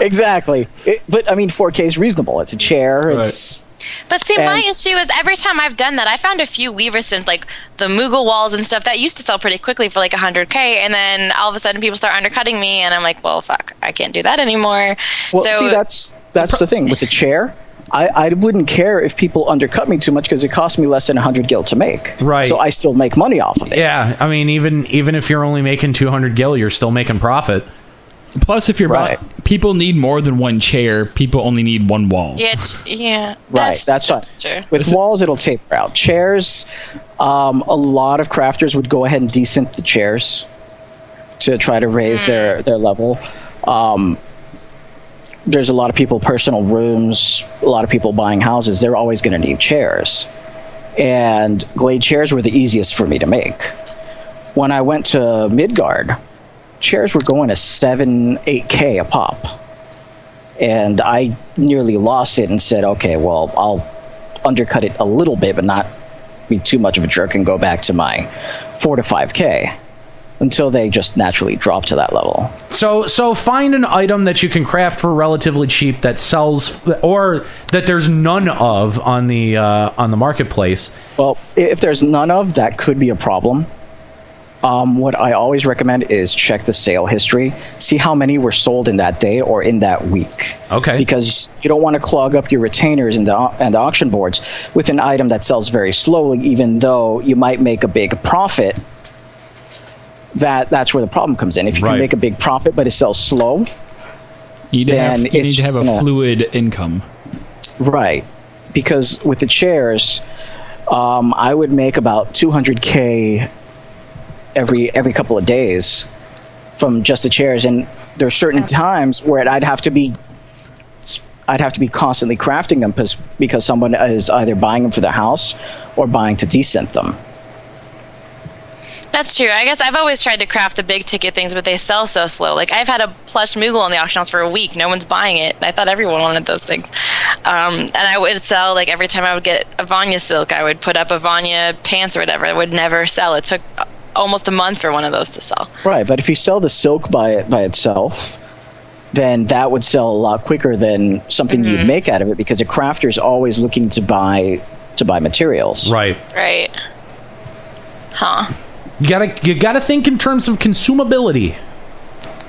Speaker 6: exactly, It- but I mean, four k is reasonable. It's a chair. It's
Speaker 10: But see, my
Speaker 6: And-
Speaker 10: issue is every time I've done that, I found a few Weaver synths, like the Moogle walls and stuff, that used to sell pretty quickly for like 100K. And then all of a sudden people start undercutting me, and I'm like, well, fuck, I can't do that anymore.
Speaker 6: well,
Speaker 10: so,
Speaker 6: see, that's that's the thing with the chair. I, I wouldn't care if people undercut me too much because it cost me less than 100 gil to make.
Speaker 1: Right.
Speaker 6: So I still make money off of it.
Speaker 1: Yeah, I mean, even even if you're only making two hundred gil, you're still making profit.
Speaker 8: Plus, if you're
Speaker 1: right,
Speaker 8: people need more than one chair. People only need one wall.
Speaker 10: yeah, it's- yeah.
Speaker 6: Right, that's, fine.
Speaker 10: true.
Speaker 6: With walls, it'll taper out. Chairs, um, a lot of crafters would go ahead and desynth the chairs to try to raise their their level. Um, there's a lot of people, personal rooms, a lot of people buying houses. They're always going to need chairs, and glade chairs were the easiest for me to make. When I went to Midgard, chairs were going to seven, eight k a pop and I nearly lost it and said, okay, well, I'll undercut it a little bit, but not be too much of a jerk and go back to my four to five k until they just naturally drop to that level.
Speaker 1: So so find an item that you can craft for relatively cheap that sells or that there's none of on the uh, on the marketplace.
Speaker 6: Well, i- if there's none of that, could be a problem. Um, what I always recommend is check the sale history, see how many were sold in that day or in that week.
Speaker 1: Okay.
Speaker 6: Because you don't want to clog up your retainers and the au- and the auction boards with an item that sells very slowly, even though you might make a big profit. That that's where the problem comes in. If you can make a big profit but it sells slow,
Speaker 8: You need to have,
Speaker 6: Then
Speaker 8: you
Speaker 6: it's
Speaker 8: need to have
Speaker 6: just
Speaker 8: a
Speaker 6: gonna-
Speaker 8: fluid income.
Speaker 6: Right. Because with the chairs, um, I would make about 200k every every couple of days from just the chairs, and there are certain times where I'd have to be I'd have to be constantly crafting them because because someone is either buying them for their house or buying to decent them.
Speaker 10: That's true. I guess I've always tried to craft the big ticket things, but they sell so slow. Like I've had a plush Moogle on the auction house for a week. No one's buying it. I thought everyone wanted those things. Um, and I would sell like every time I would get a Vanya silk, I would put up a Vanya pants or whatever. I would never sell. It took uh, almost a month for one of those to sell.
Speaker 6: Right, but if you sell the silk by it by itself, then that would sell a lot quicker than something you'd make out of it because a crafter's always looking to buy to buy materials.
Speaker 1: Right.
Speaker 10: Right. Huh.
Speaker 1: You gotta you gotta think in terms of consumability.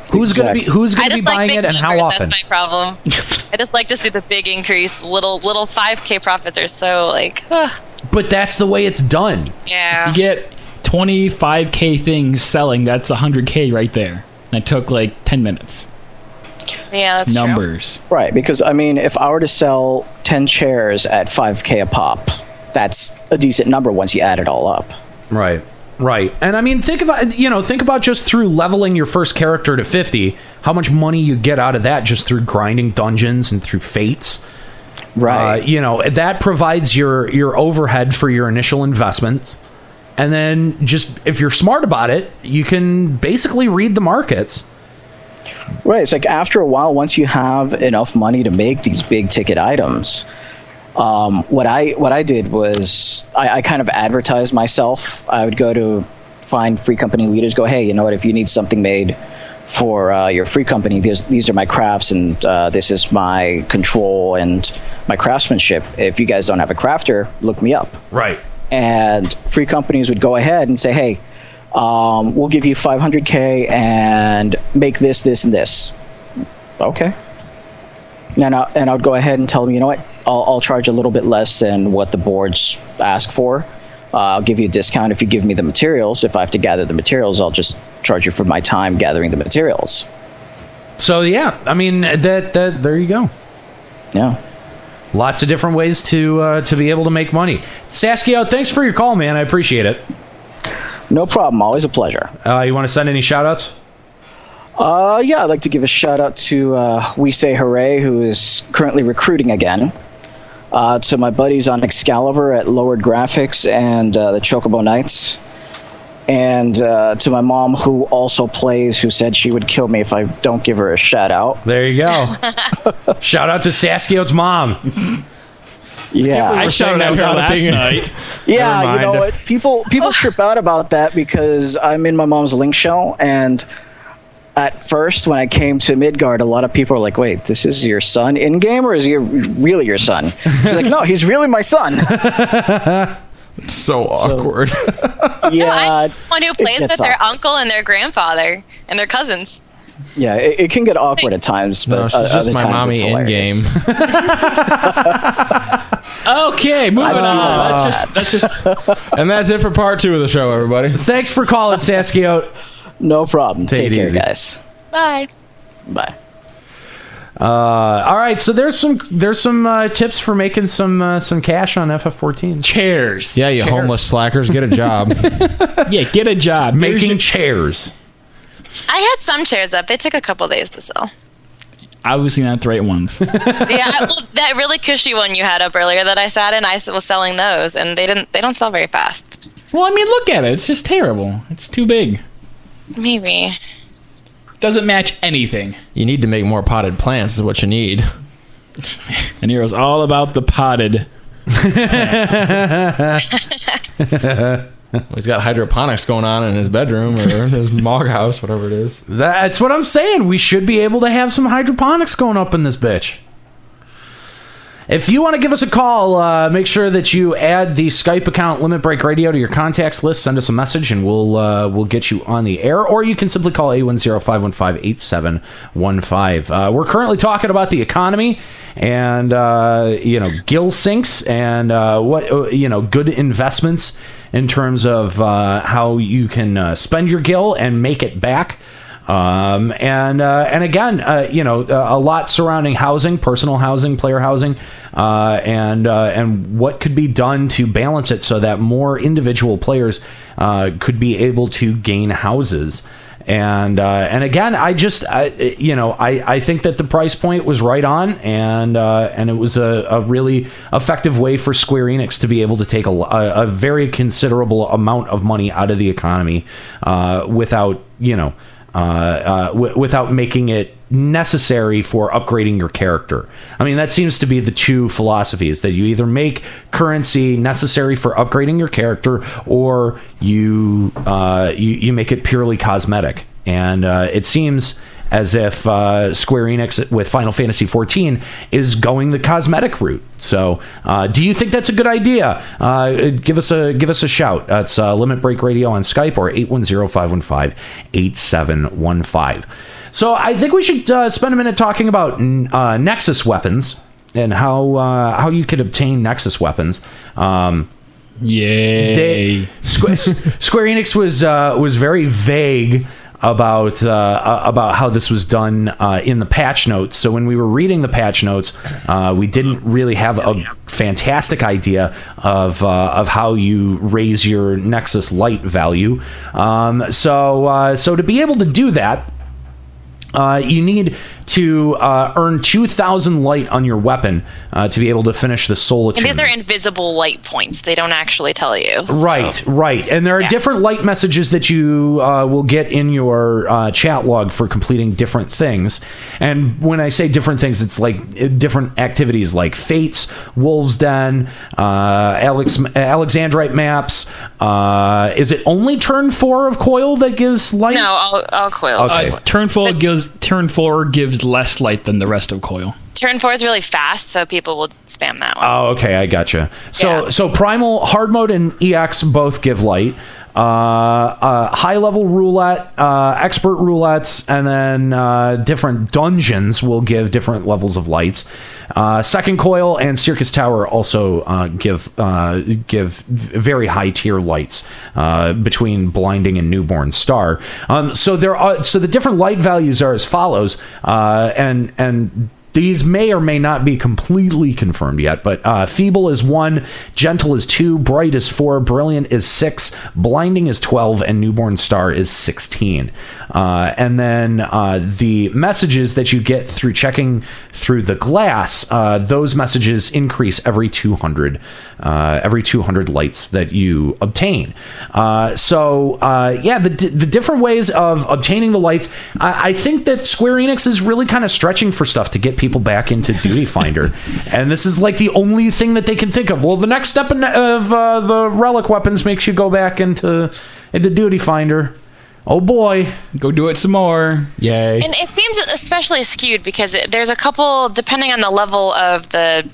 Speaker 1: Who's gonna be who's
Speaker 10: I
Speaker 1: gonna be
Speaker 10: just like
Speaker 1: buying
Speaker 10: big
Speaker 1: it and how
Speaker 10: numbers,
Speaker 1: often?
Speaker 10: That's my problem. I just like to see the big increase. Little little five k profits are so like, ugh,
Speaker 1: But that's the way it's done.
Speaker 10: yeah.
Speaker 8: If you get 25k things selling, that's 100k right there. And it took like 10 minutes.
Speaker 10: Yeah, that's true.
Speaker 8: Numbers.
Speaker 6: Right, because I mean, if I were to sell ten chairs at five k a pop, that's a decent number once you add it all up.
Speaker 1: Right. Right. And I mean think about you know, think about just through leveling your first character to 50, how much money you get out of that just through grinding dungeons and through fates.
Speaker 6: Right.
Speaker 1: Uh, you know, that provides your your overhead for your initial investments. And then just if you're smart about it, you can basically read the markets.
Speaker 6: Right. It's like after a while, once you have enough money to make these big ticket items, um, what I what I did was I, I kind of advertised myself. I would go to find free company leaders, go, hey, you know what? If you need something made for uh, your free company, these these are my crafts, and uh, this is my control and my craftsmanship. If you guys don't have a crafter, look me up
Speaker 1: Right.
Speaker 6: and free companies would go ahead and say, "Hey, um, we'll give you 500k and make this, this, and this." Okay. And I, and I would go ahead and tell them, you know what, I'll, I'll charge a little bit less than what the boards ask for. Uh, I'll give you a discount if you give me the materials. If I have to gather the materials, I'll just charge you for my time gathering the materials.
Speaker 1: So yeah, I mean that that there you go.
Speaker 6: Yeah.
Speaker 1: Lots of different ways to uh, to be able to make money. Saskia, thanks for your call, man. I appreciate it.
Speaker 6: No problem. Always a pleasure.
Speaker 1: Uh, you want to send any shout outs?
Speaker 6: Uh, yeah, I'd like to give a shout out to uh, We Say Hooray, who is currently recruiting again. Uh, to my buddies on Excalibur at Lowered Graphics and uh, the Chocobo Knights. And uh, to my mom, who also plays, who said she would kill me if I don't give her a shout out.
Speaker 1: There you go. shout out to Saskia's mom.
Speaker 6: Yeah,
Speaker 1: I shouted at her last night.
Speaker 6: Yeah,
Speaker 1: Never
Speaker 6: you know
Speaker 1: mind.
Speaker 6: what? People people trip out about that because I'm in my mom's link shell, and at first when I came to Midgard, a lot of people were like, "Wait, this is your son in game, or is he really your son?" She's like, "No, he's really my son."
Speaker 12: It's so awkward.
Speaker 6: uh, yeah,
Speaker 10: Someone who plays with
Speaker 6: gets
Speaker 10: their
Speaker 6: awkward.
Speaker 10: uncle and their grandfather and their cousins.
Speaker 6: yeah, it, it can get awkward at times, but
Speaker 11: No, she's
Speaker 6: o-
Speaker 11: just
Speaker 6: other
Speaker 11: my
Speaker 6: times
Speaker 11: mommy
Speaker 6: it's
Speaker 11: in
Speaker 6: hilarious.
Speaker 11: game.
Speaker 8: Okay, moving on. Let's just, let's just
Speaker 11: and that's it for part two of the show, everybody.
Speaker 1: Thanks for calling, Saskia.
Speaker 6: No problem.
Speaker 1: Take,
Speaker 6: Take
Speaker 1: it
Speaker 6: care,
Speaker 1: easy.
Speaker 6: guys.
Speaker 10: Bye.
Speaker 6: Bye.
Speaker 1: Uh, all right, so there's some there's some uh, tips for making some uh, some cash on FF14
Speaker 8: chairs.
Speaker 11: Yeah, you homeless slackers, get a job.
Speaker 8: yeah, get a job.
Speaker 1: Making chairs.
Speaker 10: I had some chairs up. They took a couple days to sell.
Speaker 8: Obviously not the right ones.
Speaker 10: Yeah, I- well, that really cushy one you had up earlier that I sat in, I s- was selling those, and they didn't. They don't sell very fast.
Speaker 8: well, I mean, look at it. It's just terrible. It's too big.
Speaker 10: Maybe.
Speaker 8: Doesn't match anything.
Speaker 11: You need to make more potted plants, is what you need.
Speaker 8: And Nero's all about the potted.
Speaker 11: He's got hydroponics going on in his bedroom or in his mog house, whatever it is.
Speaker 1: That's what I'm saying. We should be able to have some hydroponics going up in this bitch. If you want to give us a call, uh, make sure that you add the Skype account Limit Break Radio to your contacts list. Send us a message, and we'll uh, we'll get you on the air. Or you can simply call 810-515-8715. Uh, we're currently talking about the economy and uh, you know gill sinks and uh, what uh, you know good investments in terms of uh, how you can uh, spend your gill and make it back. Um, and uh, and again, uh, you know, uh, a lot surrounding housing, personal housing, player housing, uh, and uh, and what could be done to balance it so that more individual players uh, could be able to gain houses. And uh, and again, I just I, you know I, I think that the price point was right on, and uh, and it was a, a really effective way for Square Enix to be able to take a, lo- a, a very considerable amount of money out of the economy uh, without you know uh, uh, w- without making it necessary for upgrading your character. I mean, that seems to be the two philosophies that you either make currency necessary for upgrading your character, or you uh, you, you make it purely cosmetic. And uh, it seems as if uh, Square Enix with Final Fantasy XIV is going the cosmetic route. So, uh, do you think that's a good idea? Uh, give us a give us a shout. That's uh, Limit Break Radio on Skype or 810-515-8715. So, I think we should uh, spend a minute talking about uh, Nexus weapons and how uh, how you could obtain Nexus weapons. Um,
Speaker 8: Yay!
Speaker 1: they, Square, Square Enix was uh, was very vague about uh, uh, about how this was done uh, in the patch notes. So when we were reading the patch notes, uh, we didn't really have a fantastic idea of uh, of how you raise your Nexus Light value. Um, so uh, so to be able to do that. Uh, you need to uh, earn 2,000 light on your weapon uh, to be able to finish the soul
Speaker 10: And
Speaker 1: achievement.
Speaker 10: these are invisible light points. They don't actually tell you.
Speaker 1: Right, right. And there are different light messages that you uh, will get in your uh, chat log for completing different things. And when I say different things, it's like uh, different activities like Fates, Wolves Den, uh, Alex, Alexandrite maps. Uh, is it only turn four of Coil that gives light?
Speaker 10: No, I'll, I'll coil.
Speaker 8: Uh, turn four gives turn four gives less light than the rest of coil.
Speaker 10: Turn four is really fast, so people will spam that one.
Speaker 1: Oh, okay, I gotcha. So, so primal hard mode and EX both give light. Uh, uh, high level roulette, uh, expert roulettes, and then uh, different dungeons will give different levels of lights. Uh, Second coil and circus tower also uh, give uh, give very high tier lights uh, between blinding and newborn star. Um, so there are so the different light values are as follows, uh, and and these may or may not be completely confirmed yet, but uh, feeble is one, gentle is two, bright is four, brilliant is six, blinding is 12, and newborn star is 16. Uh, and then uh, the messages that you get through checking through the glass, uh, those messages increase every 200, uh, every 200 lights that you obtain. Uh, so, uh, yeah, the, the different ways of obtaining the lights, I, I think that Square Enix is really kind of stretching for stuff to get people back into Duty Finder, and this is like the only thing that they can think of. Well, the next step in, of uh, the relic weapons makes you go back into into Duty Finder. Oh boy,
Speaker 8: go do it some more!
Speaker 1: Yay!
Speaker 10: And it seems especially skewed because it, there's a couple, depending on the level of the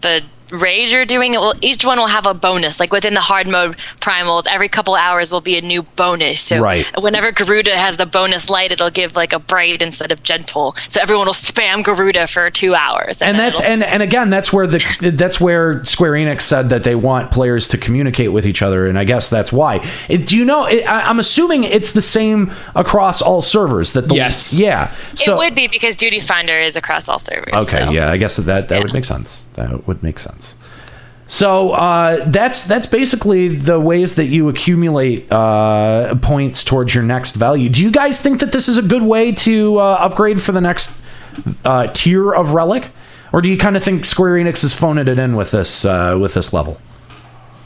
Speaker 10: the raid you're doing, it will each one will have a bonus. Like within the hard mode primals, every couple hours will be a new bonus. So
Speaker 13: Right.
Speaker 10: whenever Garuda has the bonus light, it'll give like a bright instead of gentle. So everyone will spam Garuda for two hours.
Speaker 1: and
Speaker 10: then
Speaker 1: that's
Speaker 10: it'll-
Speaker 1: and and again that's where the that's where Square Enix said that they want players to communicate with each other, and I guess that's why. It, do you know? It, I, I'm assuming it's the same across all servers. That the, yes, yeah. So
Speaker 10: it would be because Duty Finder is across all servers.
Speaker 1: Okay,
Speaker 10: so.
Speaker 1: yeah, I guess that that, that would make sense. That would make sense. So uh, that's that's basically the ways that you accumulate uh, points towards your next value. Do you guys think that this is a good way to uh, upgrade for the next uh, tier of relic, or do you kind of think Square Enix is phoning it in with this uh, with this level?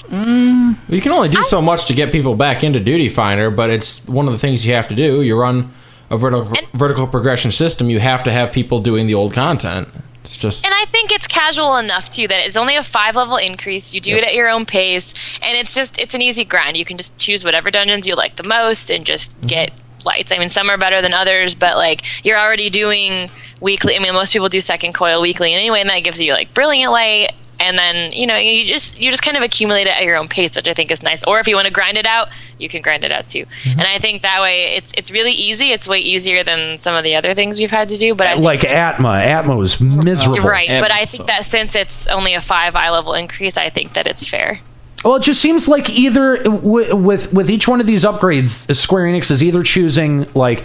Speaker 11: You can only do so much to get people back into Duty Finder, but it's one of the things you have to do. You run a vertical vertical progression system, you have to have people doing the old content. It's just
Speaker 10: And I think it's casual enough too that it's only a five level increase. You do
Speaker 11: Yep.
Speaker 10: it at your own pace, and it's just it's an easy grind. You can just choose whatever dungeons you like the most and just get lights. I mean, some are better than others, but like you're already doing weekly. I mean, most people do second coil weekly anyway, and that gives you like brilliant light. And then you know you just you just kind of accumulate it at your own pace, which I think is nice. Or if you want to grind it out, you can grind it out too. And I think that way it's it's really easy. It's way easier than some of the other things we've had to do. But I
Speaker 1: like Atma. Atma was miserable.
Speaker 10: you're right, but I think that since it's only a five eye level increase, I think that it's fair.
Speaker 1: Well, it just seems like either w- with with each one of these upgrades, Square Enix is either choosing like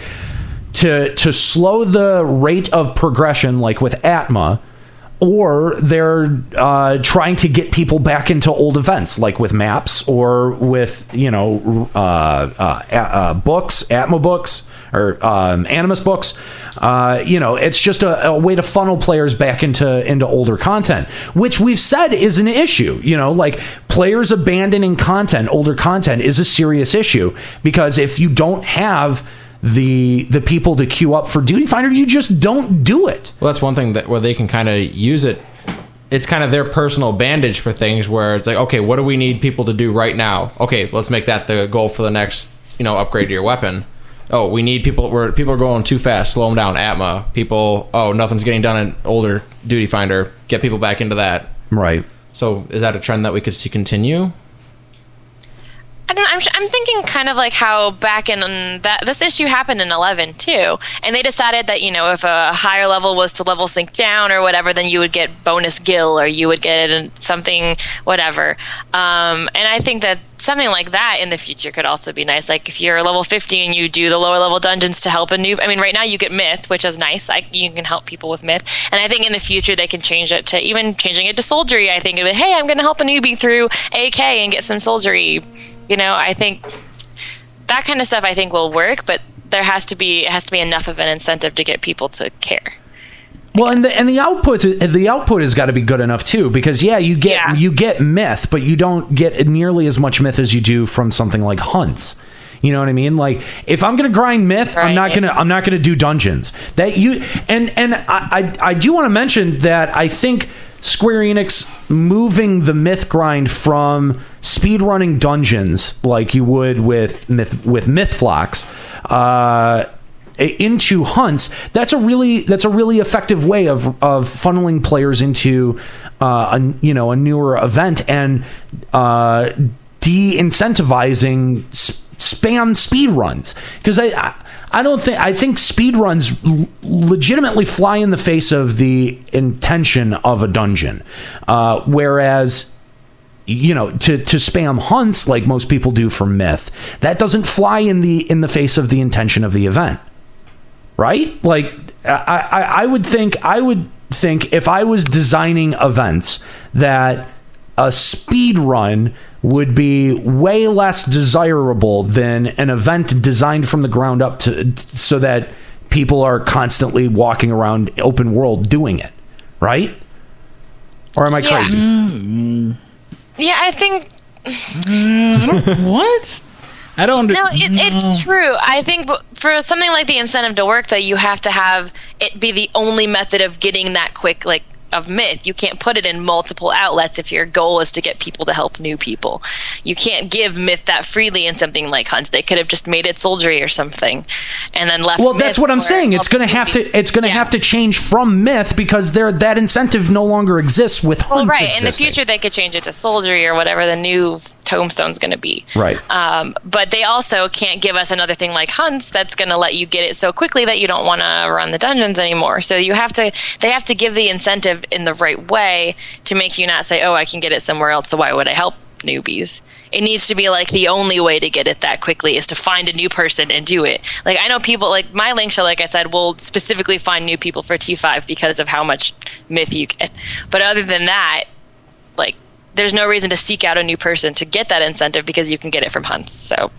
Speaker 1: to to slow the rate of progression, like with Atma, or they're uh, trying to get people back into old events, like with maps or with you know uh, uh, a- uh, books, Atma books or um, Animus books. Uh, you know, it's just a, a way to funnel players back into into older content, which we've said is an issue. You know, like players abandoning content, older content is a serious issue because if you don't have the the people to queue up for Duty Finder, you just don't do it.
Speaker 11: Well, that's one thing that where they can kind of use it. It's kind of their personal bandage for things where it's like, okay, what do we need people to do right now? Okay, let's make that the goal for the next, you know, upgrade to your weapon. Oh, we need people. Where people are going too fast, slow them down. Atma people. Oh, nothing's getting done in older duty finder. Get people back into that.
Speaker 1: Right.
Speaker 11: So, is that a trend that we could see continue?
Speaker 10: I don't. I'm, I'm thinking kind of like how back in um, that this issue happened in 11 too, and they decided that you know if a higher level was to level sync down or whatever, then you would get bonus gill or you would get an- something whatever. Um, and I think that something like that in the future could also be nice. Like if you're level 50 and you do the lower level dungeons to help a noob. I mean, right now you get myth, which is nice. Like you can help people with myth, and I think in the future they can change it to even changing it to soldiery. I think it'd be, hey, I'm going to help a newbie through AK and get some soldiery you know i think that kind of stuff i think will work but there has to be it has to be enough of an incentive to get people to care
Speaker 1: Well, and the and the output the output has got to be good enough too, because yeah, you get you get myth, but you don't get nearly as much myth as you do from something like hunts. You know what I mean? Like if I'm going to grind myth, I'm not going to I'm not going to do dungeons. That you and and I I, I do want to mention that I think Square Enix moving the myth grind from speedrunning dungeons like you would with myth with myth flocks. Uh, into hunts that's a really that's a really effective way of of funneling players into uh a, you know a newer event and uh de-incentivizing s- spam speed runs because I, I i don't think i think speed runs l- legitimately fly in the face of the intention of a dungeon uh whereas you know to to spam hunts like most people do for myth that doesn't fly in the in the face of the intention of the event right? Like I, I, I would think I would think if I was designing events that a speed run would be way less desirable than an event designed from the ground up to so that people are constantly walking around open world doing it, right? Or am I
Speaker 10: Yeah.
Speaker 1: crazy?
Speaker 10: yeah i think
Speaker 8: what i don't
Speaker 10: no it, it's true i think b- for something like the incentive to work though you have to have it be the only method of getting that quick like of myth you can't put it in multiple outlets if your goal is to get people to help new people you can't give myth that freely in something like hunts they could have just made it soldiery or something and then left
Speaker 1: well that's what i'm saying it's going to have to it's going to have to change from myth because there that incentive no longer exists with
Speaker 10: Well,
Speaker 1: hunts
Speaker 10: right. In the
Speaker 1: existing.
Speaker 10: future, they could change it to soldiery or whatever the new tombstone's going to be.
Speaker 1: right
Speaker 10: Um, but they also can't give us another thing like hunts that's going to let you get it so quickly that you don't want to run the dungeons anymore. So you have to, they have to give the incentive in the right way to make you not say, oh, I can get it somewhere else, so why would I help newbies? It needs to be like the only way to get it that quickly is to find a new person and do it. Like I know people like my link show, like I said, will specifically find new people for T five because of how much myth you get. But other than that, like there's no reason to seek out a new person to get that incentive because you can get it from hunts. So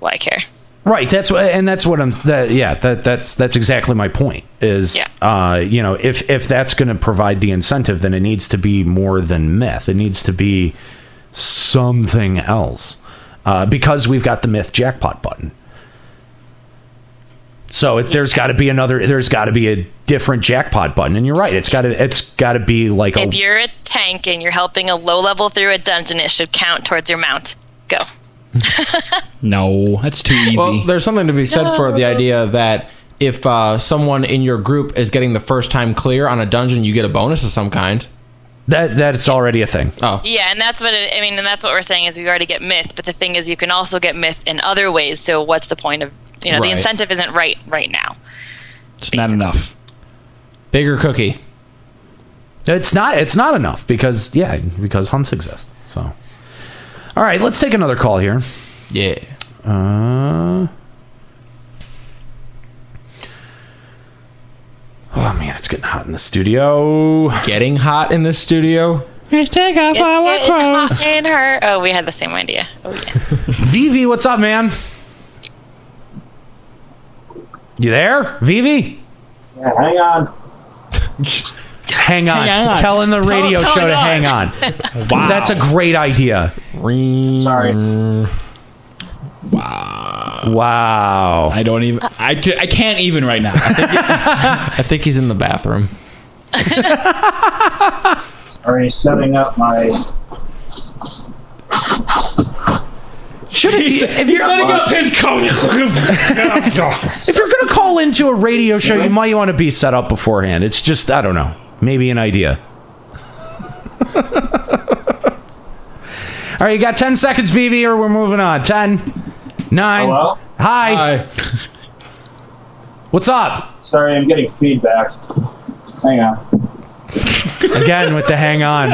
Speaker 10: why care?
Speaker 1: Right. That's what, and that's what I'm. That, yeah. That that's that's exactly my point. Is uh, you know, if if that's going to provide the incentive, then it needs to be more than myth. It needs to be something else, uh, because we've got the myth jackpot button. So it, there's got to be another. There's got to be a different jackpot button. And you're right. It's got to. It's got to be like a.
Speaker 10: If you're a tank and you're helping a low level through a dungeon, it should count towards your mount. Go.
Speaker 8: No, that's too easy.
Speaker 11: Well, there's something to be said for the idea that if uh, someone in your group is getting the first time clear on a dungeon, you get a bonus of some kind.
Speaker 1: That that's already a thing.
Speaker 11: Oh,
Speaker 10: Yeah, and that's what it, I mean, and that's what we're saying is we already get myth, but the thing is, you can also get myth in other ways. So what's the point of you know the
Speaker 11: Right.
Speaker 10: incentive isn't right right now.
Speaker 11: it's not enough. Bigger cookie.
Speaker 1: It's not. It's not enough because yeah, because hunts exist. So, all right, let's take another call here.
Speaker 11: Yeah.
Speaker 1: Uh. Oh man, it's getting hot in the studio.
Speaker 11: Getting hot in the studio.
Speaker 10: Let's take off
Speaker 7: our clothes.
Speaker 10: in her. Oh, we had the same idea. Oh yeah.
Speaker 1: Vivi, what's up, man? You there, Vivi?
Speaker 14: Yeah, hang on.
Speaker 1: hang on.
Speaker 14: Hang on.
Speaker 1: Telling the
Speaker 14: Tell-
Speaker 1: radio
Speaker 14: tell
Speaker 1: show
Speaker 14: it
Speaker 1: to
Speaker 14: on.
Speaker 1: hang on. That's a great idea.
Speaker 11: Sorry.
Speaker 8: Wow.
Speaker 1: Wow.
Speaker 8: I don't even. I, ca- I can't even right now.
Speaker 11: I think he's in the bathroom.
Speaker 14: Already setting up my.
Speaker 1: Should it be? If you're
Speaker 7: setting up his
Speaker 1: if you're gonna call into a radio show, you might want to be set up beforehand. It's just I don't know, maybe an idea. All right, you got ten seconds, Vivi, or we're moving on. Ten, nine.
Speaker 14: Hello?
Speaker 1: Hi. What's up?
Speaker 14: Sorry, I'm getting feedback. Hang on.
Speaker 1: Again with the hang on.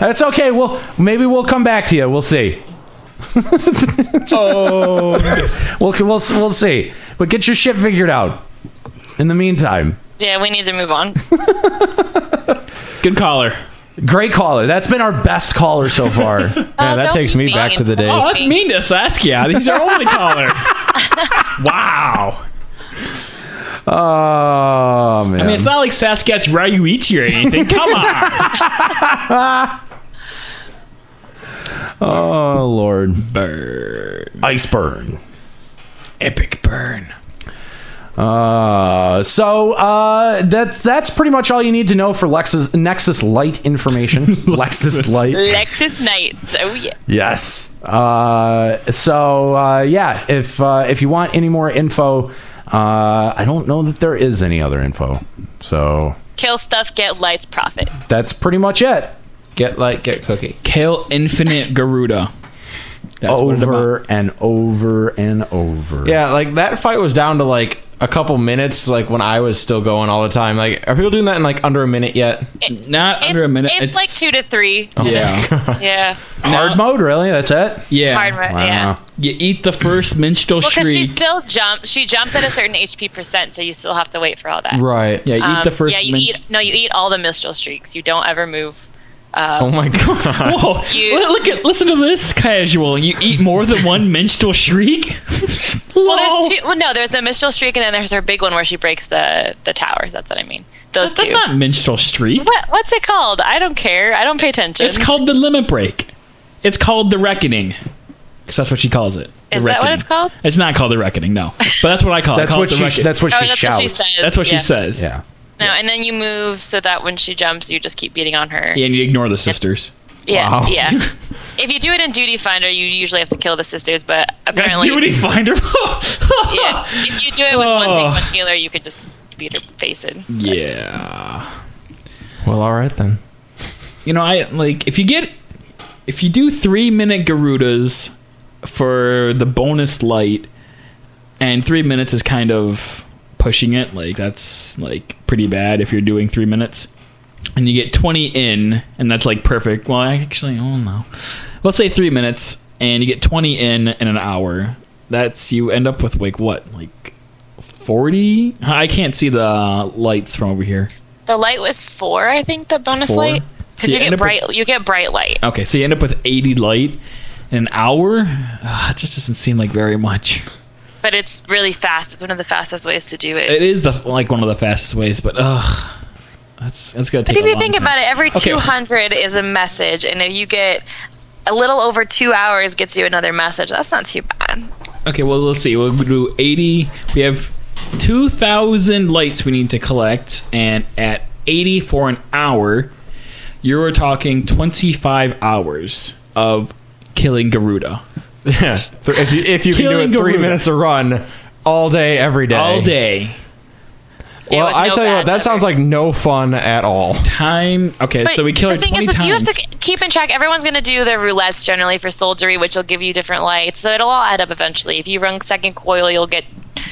Speaker 1: That's okay. Well, maybe we'll come back to you. We'll see. oh, we'll, we'll we'll see. But get your shit figured out. In the meantime.
Speaker 10: Yeah, we need to move on.
Speaker 1: Good caller. Great caller. That's been our best caller so far. yeah,
Speaker 11: that don't takes be me back mean. to the days. Oh, that's
Speaker 1: mean to Saskia.
Speaker 8: He's our only caller.
Speaker 1: wow. Oh man.
Speaker 8: I mean, it's not like Sasquatch Ryuichi or anything. Come on.
Speaker 1: oh lord. Burn. Ice burn.
Speaker 8: Epic burn.
Speaker 1: Uh, so uh, that that's pretty much all you need to know for Lexus Nexus Light information. Lexus Light.
Speaker 10: Lexus Knight. Oh yeah.
Speaker 1: Yes. Uh, so uh, yeah, if uh, if you want any more info, uh, I don't know that there is any other info. So
Speaker 10: Kill stuff, get lights, profit.
Speaker 1: that's pretty much it.
Speaker 11: Get light, get cookie.
Speaker 8: Kill Infinite Garuda.
Speaker 1: over and over and over.
Speaker 11: Yeah, like that fight was down to like a couple minutes, like when I was still going all the time. Like, are people doing that in like under a minute yet?
Speaker 8: Not
Speaker 11: under a minute.
Speaker 10: It's, like two to three.
Speaker 8: Oh
Speaker 11: yeah.
Speaker 10: Yeah.
Speaker 1: Hard mode, really? That's it?
Speaker 8: Yeah.
Speaker 10: Hard mode, yeah. Wow.
Speaker 8: You eat the first minstrel
Speaker 10: Well, because she
Speaker 8: shriek.
Speaker 10: still jumps. She jumps at a certain HP percent, so you still have to wait for all that.
Speaker 11: Right.
Speaker 8: Yeah, you eat
Speaker 10: Um,
Speaker 8: the first
Speaker 10: Yeah, you
Speaker 8: minstrel
Speaker 10: eat. No, you eat all the mistral streaks. You don't ever move. Uh,
Speaker 11: Oh my god.
Speaker 8: Whoa! Look- look at listen to this casual. You eat more than one minstrel shriek.
Speaker 10: Well, there's two. Well, no, there's the mistral streak, and then there's her big one where she breaks the the tower. That's what I mean. Those
Speaker 8: That's
Speaker 10: two.
Speaker 8: not minstrel shriek.
Speaker 10: what what's it called? I don't care. I don't pay attention.
Speaker 8: It's called the limit break. It's called the reckoning. Because that's what she calls it. The
Speaker 10: Is that what
Speaker 8: Reckoning.
Speaker 10: it's called?
Speaker 8: It's not called the reckoning, no. But that's what I call it. I
Speaker 1: That's
Speaker 8: call
Speaker 1: what
Speaker 8: it. the
Speaker 1: she-
Speaker 8: Reckoning.
Speaker 1: that's what
Speaker 10: Oh, she that's what she shouts. says,
Speaker 8: That's what
Speaker 10: yeah.
Speaker 8: she says.
Speaker 1: Yeah.
Speaker 10: No, and then you move so that when she jumps, you just keep beating on her.
Speaker 8: and you ignore the sisters.
Speaker 10: Yeah, yeah. If you do it in Duty Finder, you usually have to kill the sisters, but apparently
Speaker 8: Duty Finder.
Speaker 10: yeah. If you do it with one
Speaker 8: Oh.
Speaker 10: take one healer, you could just beat her face in.
Speaker 8: Yeah.
Speaker 11: Well, all right then.
Speaker 8: You know, I like if you get if you do three minute Garudas for the bonus light, and three minutes is kind of pushing it. Like that's like pretty bad if you're doing three minutes, and you get twenty in, and that's like perfect. Well, actually, oh no, let's say three minutes, and you get twenty in in an hour. That's you end up with like what like. 40 i can't see the lights from over here
Speaker 10: The light was four, I think, the bonus
Speaker 8: Four?
Speaker 10: light. Because
Speaker 8: So
Speaker 10: you
Speaker 8: you end
Speaker 10: get
Speaker 8: up with-
Speaker 10: bright you get bright light.
Speaker 8: Okay, so you end up with 80 light in an hour. Ah, it just doesn't seem like very much.
Speaker 10: But it's really fast. It's one of the fastest ways to do it.
Speaker 8: It is the like one of the fastest ways, but ugh, that's that's gonna
Speaker 10: But
Speaker 8: take.
Speaker 10: if
Speaker 8: a
Speaker 10: you
Speaker 8: long
Speaker 10: think
Speaker 8: time.
Speaker 10: about it, every
Speaker 8: Okay.
Speaker 10: 200 is a message, and if you get a little over two hours, gets you another message. That's not too bad.
Speaker 8: Okay, well, let's see. We'll do 80. We have 2,000 lights we need to collect, and at 80 for an hour, you're talking 25 hours of killing Garuda.
Speaker 11: Yeah. If you, if you can do it
Speaker 8: Killing
Speaker 11: three
Speaker 8: Garuda.
Speaker 11: minutes a run, all day, every day.
Speaker 8: All day.
Speaker 11: Well,
Speaker 8: with
Speaker 11: I
Speaker 8: no
Speaker 11: tell you what,
Speaker 8: bad
Speaker 11: that sounds like no fun at all.
Speaker 8: Time. Okay,
Speaker 10: But the thing is, is you have to k- keep in track. Everyone's going to do their roulettes generally for soldiery, which will give you different lights. So it'll all add up eventually. If you run second coil, you'll get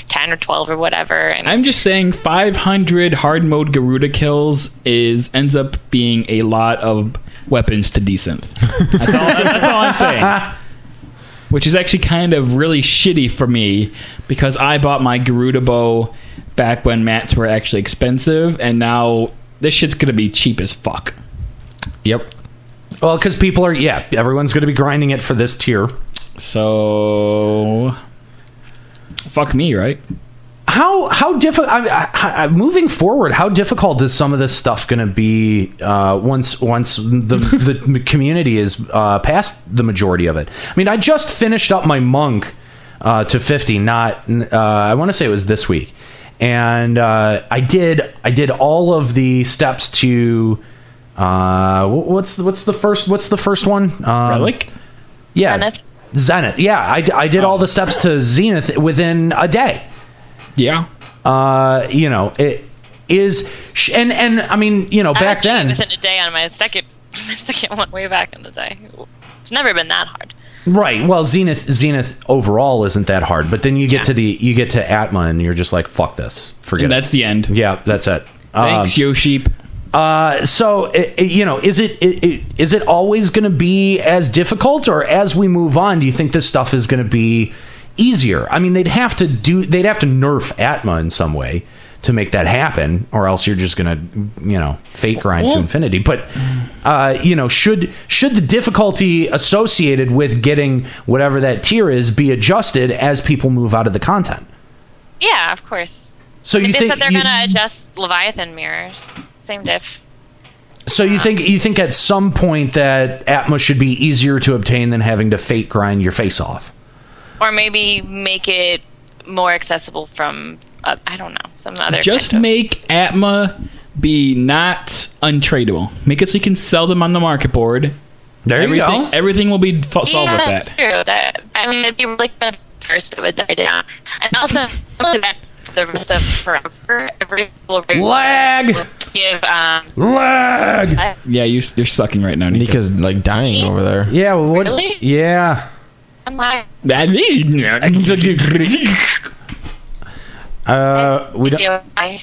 Speaker 10: ten or twelve or whatever. And
Speaker 8: I'm just saying 500 hard mode Garuda kills is ends up being a lot of weapons to desynth. That's all, that's all I'm saying. Which is actually kind of really shitty for me because I bought my Garuda bow back when mats were actually expensive, and now this shit's gonna be cheap as fuck.
Speaker 11: Yep.
Speaker 1: Well, because people are yeah, everyone's going to be grinding it for this tier.
Speaker 8: So, fuck me, right?
Speaker 1: How how difficult? I, I, I, moving forward, how difficult is some of this stuff going to be uh, once once the the community is uh, past the majority of it? I mean, I just finished up my monk uh, to fifty. Not uh, I want to say it was this week, and uh, I did I did all of the steps to uh, wh- what's the, what's the first what's the first one um, relic yeah
Speaker 10: zenith
Speaker 1: zenith yeah I, d- I did all the steps to zenith within a day
Speaker 8: yeah
Speaker 1: uh you know it is sh- and and I mean you know
Speaker 10: I
Speaker 1: back
Speaker 10: was doing it
Speaker 1: then
Speaker 10: within a day on my second, my second one way back in the day. It's never been that hard.
Speaker 1: right well zenith zenith overall isn't that hard but then you get to the you get to atma and you're just like fuck this forget
Speaker 8: And
Speaker 1: it.
Speaker 8: that's the end
Speaker 1: yeah Um, that's it
Speaker 8: Thanks, Yoshi.
Speaker 1: Uh, so it, it- you know, is it, it, it is it always going to be as difficult, or as we move on, do you think this stuff is going to be easier? I mean, they'd have to do they'd have to nerf Atma in some way to make that happen, or else you're just going to you know fake grind
Speaker 9: Well-
Speaker 1: to infinity. But uh, you know, should should the difficulty associated with getting whatever that tier is be adjusted as people move out of the content?
Speaker 10: Yeah, of course.
Speaker 1: So
Speaker 10: Like
Speaker 1: you
Speaker 10: they
Speaker 1: think
Speaker 10: said they're
Speaker 1: you-
Speaker 10: going to adjust Leviathan mirrors? Same diff.
Speaker 1: So you think you think at some point that Atma should be easier to obtain than having to fake grind your face off?
Speaker 10: or maybe make it more accessible from uh, I don't know some other.
Speaker 8: Just make Atma be not untradeable. Make it so you can sell them on the market board.
Speaker 1: There
Speaker 10: you
Speaker 8: everything,
Speaker 10: go.
Speaker 8: Everything will be f- solved
Speaker 10: yeah,
Speaker 8: with
Speaker 10: that's
Speaker 8: that.
Speaker 10: true. That I mean, it'd be really good at first, it would die down, and also really bad for the rest of forever. Every will
Speaker 1: lag
Speaker 10: give um
Speaker 1: lag.
Speaker 8: Yeah, you, you're sucking right now. Nika's
Speaker 11: like dying over there.
Speaker 1: Yeah. Well, what?
Speaker 10: Really?
Speaker 1: Yeah.
Speaker 10: I'm like
Speaker 1: Uh, we don't.
Speaker 10: you. I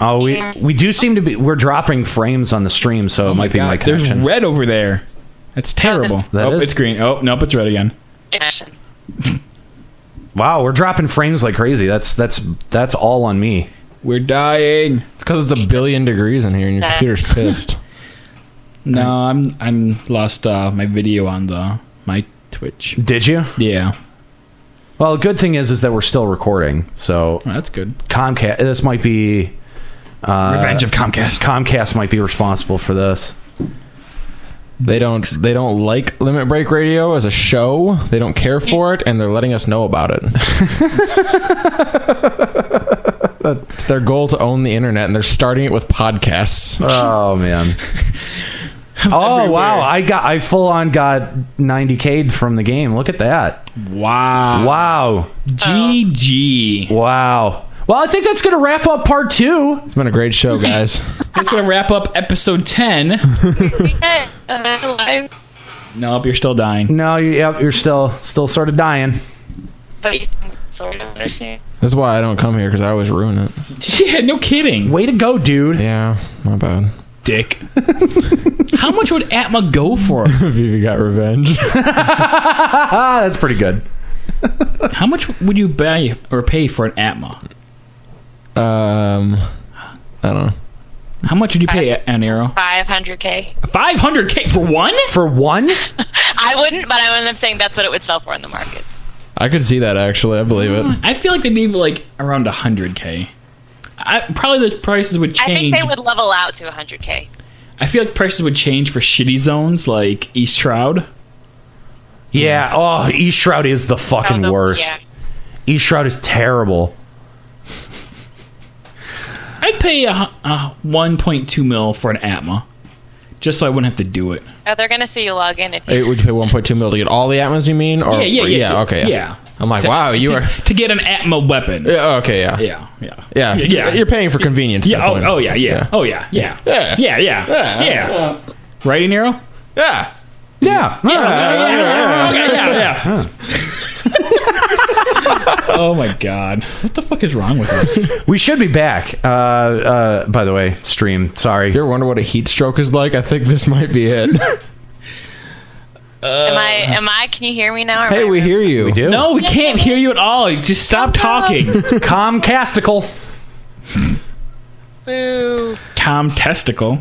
Speaker 1: Oh, we we do seem to be. We're dropping frames on the stream, so it might be my
Speaker 8: God, there's
Speaker 1: connection.
Speaker 8: red over there. That's terrible.
Speaker 1: That
Speaker 8: oh,
Speaker 1: is-
Speaker 8: it's green. Oh, nope, it's red again.
Speaker 1: Wow, we're dropping frames like crazy. That's that's that's all on me.
Speaker 8: We're dying.
Speaker 11: It's because it's a billion degrees in here and your computer's pissed.
Speaker 8: No, I'm I'm lost uh, my video on the my Twitch.
Speaker 1: Did you?
Speaker 8: Yeah.
Speaker 1: Well, the good thing is is that we're still recording, so
Speaker 8: that's good.
Speaker 1: Comcast. This might be uh,
Speaker 8: Revenge of Comcast.
Speaker 1: Comcast might be responsible for this.
Speaker 11: They don't they don't like Limit Break Radio as a show. They don't care for it and they're letting us know about it. it's their goal to own the internet and they're starting it with podcasts.
Speaker 1: Oh man. Oh wow! I got I full on got 90k from the game. Look at that!
Speaker 8: Wow!
Speaker 1: Wow!
Speaker 8: GG!
Speaker 1: Wow! Well, I think that's gonna wrap up part two. It's
Speaker 11: been a great show, guys.
Speaker 8: That's gonna wrap up episode ten.
Speaker 10: alive,
Speaker 8: nope, you're still dying.
Speaker 1: No, you, yep, you're still still sort of dying.
Speaker 10: but you can sort of understand.
Speaker 11: That's why I don't come here because I always ruin it.
Speaker 8: Yeah, no kidding.
Speaker 1: Way to go, dude.
Speaker 11: Yeah, my bad.
Speaker 8: Dick. How much would Atma go for?
Speaker 11: Vivi got revenge.
Speaker 1: Ah, That's pretty good.
Speaker 8: How much would you buy or pay for an Atma?
Speaker 11: Um, I don't know.
Speaker 8: How much would you pay an arrow?
Speaker 10: 500k.
Speaker 8: Five hundred k for one?
Speaker 1: For one?
Speaker 10: I wouldn't, but I wouldn't have saying that's what it would sell for in the market.
Speaker 11: I could see that actually. I believe it.
Speaker 8: I feel like they'd be like around hundred k. I probably the prices would
Speaker 10: I think
Speaker 8: change.
Speaker 10: they would level out to 100k.
Speaker 8: I feel like prices would change for shitty zones like East Shroud.
Speaker 1: Yeah. Oh, E Shroud is the fucking
Speaker 8: Oh,
Speaker 1: worst. E Shroud is terrible.
Speaker 8: I'd pay a, hu- a 1.2 mil for an Atma, just so I wouldn't have to do it.
Speaker 10: Oh, they're gonna see you log in if
Speaker 11: Hey, would you pay 1.2 mil to get all the Atmos? You mean? Or,
Speaker 8: Yeah, yeah, yeah, yeah.
Speaker 11: Oh, Okay.
Speaker 8: Yeah.
Speaker 11: I'm like,
Speaker 8: To-
Speaker 11: wow, you
Speaker 8: to-
Speaker 11: are
Speaker 8: to get an Atma weapon.
Speaker 11: Yeah. Okay. Yeah.
Speaker 8: Yeah. Yeah.
Speaker 11: Yeah.
Speaker 8: Yeah, yeah.
Speaker 11: You're paying for convenience. at
Speaker 8: Yeah.
Speaker 11: that
Speaker 8: Oh,
Speaker 11: point.
Speaker 8: oh, yeah, yeah. Oh, yeah. Yeah.
Speaker 11: Yeah.
Speaker 8: Yeah. Yeah.
Speaker 11: Yeah.
Speaker 8: Yeah. Right, in Nero?
Speaker 11: Yeah.
Speaker 1: Yeah.
Speaker 8: Yeah. Yeah. Yeah. Okay, yeah, yeah. oh my god. What the fuck is wrong with us?
Speaker 1: We should be back. Uh, uh, by the way, stream. Sorry. You
Speaker 11: ever wonder what a heat stroke is like? I think this might be it.
Speaker 10: am I? Am I? Can you hear me now? Or am I-
Speaker 11: we hear you. We
Speaker 1: do.
Speaker 8: No, we can't hear you at all. Just stop talking. It's
Speaker 1: Comcastical.
Speaker 10: Boo.
Speaker 8: Com testicle.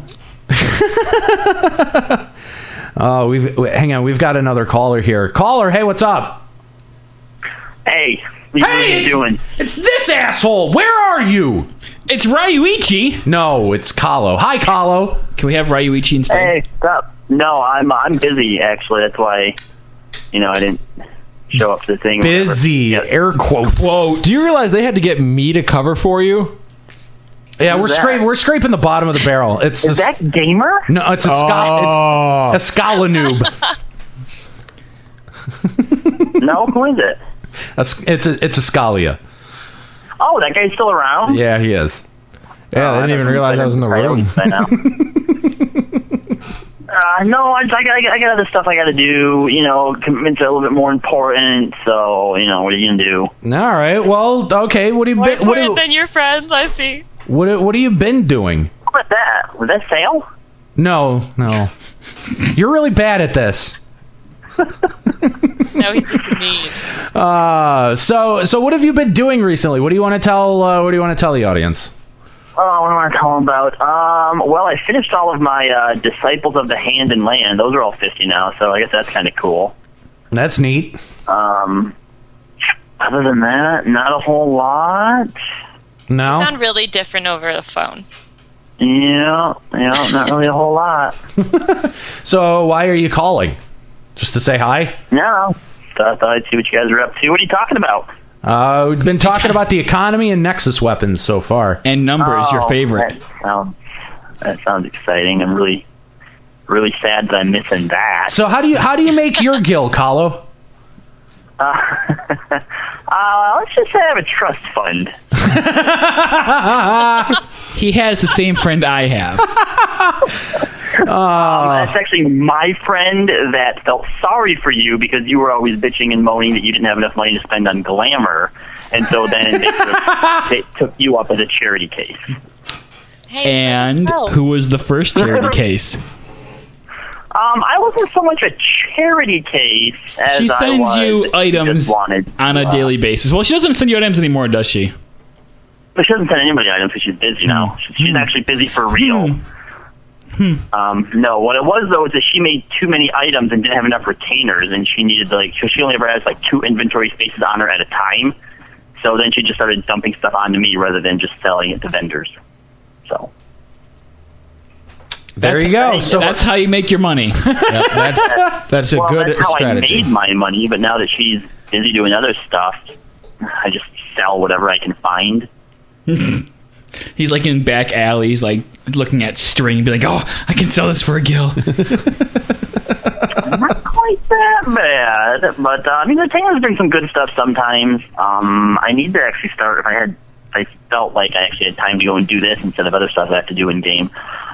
Speaker 1: Uh, we've w- hang on. We've got another caller here. Caller, hey, what's up?
Speaker 15: Hey, what are you doing?
Speaker 1: It's this asshole. Where are you?
Speaker 8: It's Ryuichi.
Speaker 1: No, it's Kahlo. Hi, Kahlo.
Speaker 8: Can we have Ryuichi instead?
Speaker 15: Hey, stop. No, I'm I'm busy actually. That's why, you know, I didn't show up to the thing. or whatever.
Speaker 1: air quotes.
Speaker 11: Whoa! Do you realize they had to get me to cover for you? Oh,
Speaker 1: Yeah, we're
Speaker 11: Who's that?
Speaker 1: scraping. We're scraping the bottom of the barrel. It's
Speaker 11: Is
Speaker 1: that
Speaker 15: gamer?
Speaker 1: No, it's a Sca- it's a Scala noob.
Speaker 15: no, who is it?
Speaker 1: A s- it's a it's a Scalia.
Speaker 15: Oh, that guy's still around.
Speaker 1: Yeah, he is.
Speaker 11: Yeah, I didn't even realize I was in the room.
Speaker 15: Uh, no, I, I, got- I, got- I got other stuff I got to do. You know, commitments are a little bit more important. So, you know, what are you gonna do?
Speaker 1: All right. Well, okay. What have you been? What,
Speaker 10: More
Speaker 1: have-
Speaker 10: than your friends, I see.
Speaker 1: what have- what have you been doing?
Speaker 15: What was that? Was that sale?
Speaker 1: No, no. You're really bad at this.
Speaker 10: No, he's just mean.
Speaker 1: Uh, so so what have you been doing recently? What do you want to tell? Uh, what do you want to tell the audience?
Speaker 15: Oh, what do I want to tell him about? Um, well, I finished all of my uh, Disciples of the Hand and Land. Those are all 50 now, so I guess that's kind of cool.
Speaker 1: That's neat.
Speaker 15: Um, other than that, not a whole lot.
Speaker 10: You
Speaker 1: No.
Speaker 10: sound really different over the phone.
Speaker 15: Yeah, yeah, not really a whole lot.
Speaker 1: So why are you calling? Just to say hi?
Speaker 15: No. So I thought I'd see what you guys are up to. What are you talking about?
Speaker 1: Uh, we've been talking about the economy and Nexus weapons so far.
Speaker 8: And number
Speaker 15: Oh, That sounds, that sounds exciting. I'm really, really sad that I'm missing that.
Speaker 1: So how do you how do you make your gil, Kahlo?
Speaker 15: Uh, let's just say I have a trust fund.
Speaker 8: he has the same friend I have. Uh.
Speaker 15: Um, that's actually my friend that felt sorry for you because you were always bitching and moaning that you didn't have enough money to spend on glamour. And so then they, took, they took you up as a charity case.
Speaker 8: and
Speaker 15: Oh.
Speaker 8: who was the first charity case?
Speaker 15: Um, I wasn't so much a charity case as
Speaker 8: she
Speaker 15: I
Speaker 8: sends
Speaker 15: was.
Speaker 8: you items
Speaker 15: just wanted
Speaker 8: on a
Speaker 15: to, uh,
Speaker 8: daily basis. Well, she doesn't send you items anymore, does she?
Speaker 15: But she doesn't send anybody items because she's busy now. She's actually busy for real. Um, no, what it was though is that she made too many items and didn't have enough retainers, and she needed like so she only ever has like two inventory spaces on her at a time. So then she just started dumping stuff onto me rather than just selling it to vendors. So
Speaker 1: There
Speaker 8: That's-
Speaker 1: you go. So
Speaker 8: that's how you make your money.
Speaker 11: that's that's
Speaker 15: well, that's how I made my money. But now that she's busy doing other stuff, I just sell whatever I can find.
Speaker 8: He's like in back alleys, like looking at string, be like, "Oh, I can sell this for a gill."
Speaker 15: quite that bad, but uh, I mean, the Tanglers bring some good stuff sometimes. Um, I need to actually start. If I had, if I felt like I actually had time to go and do this instead of other stuff I have to do in game,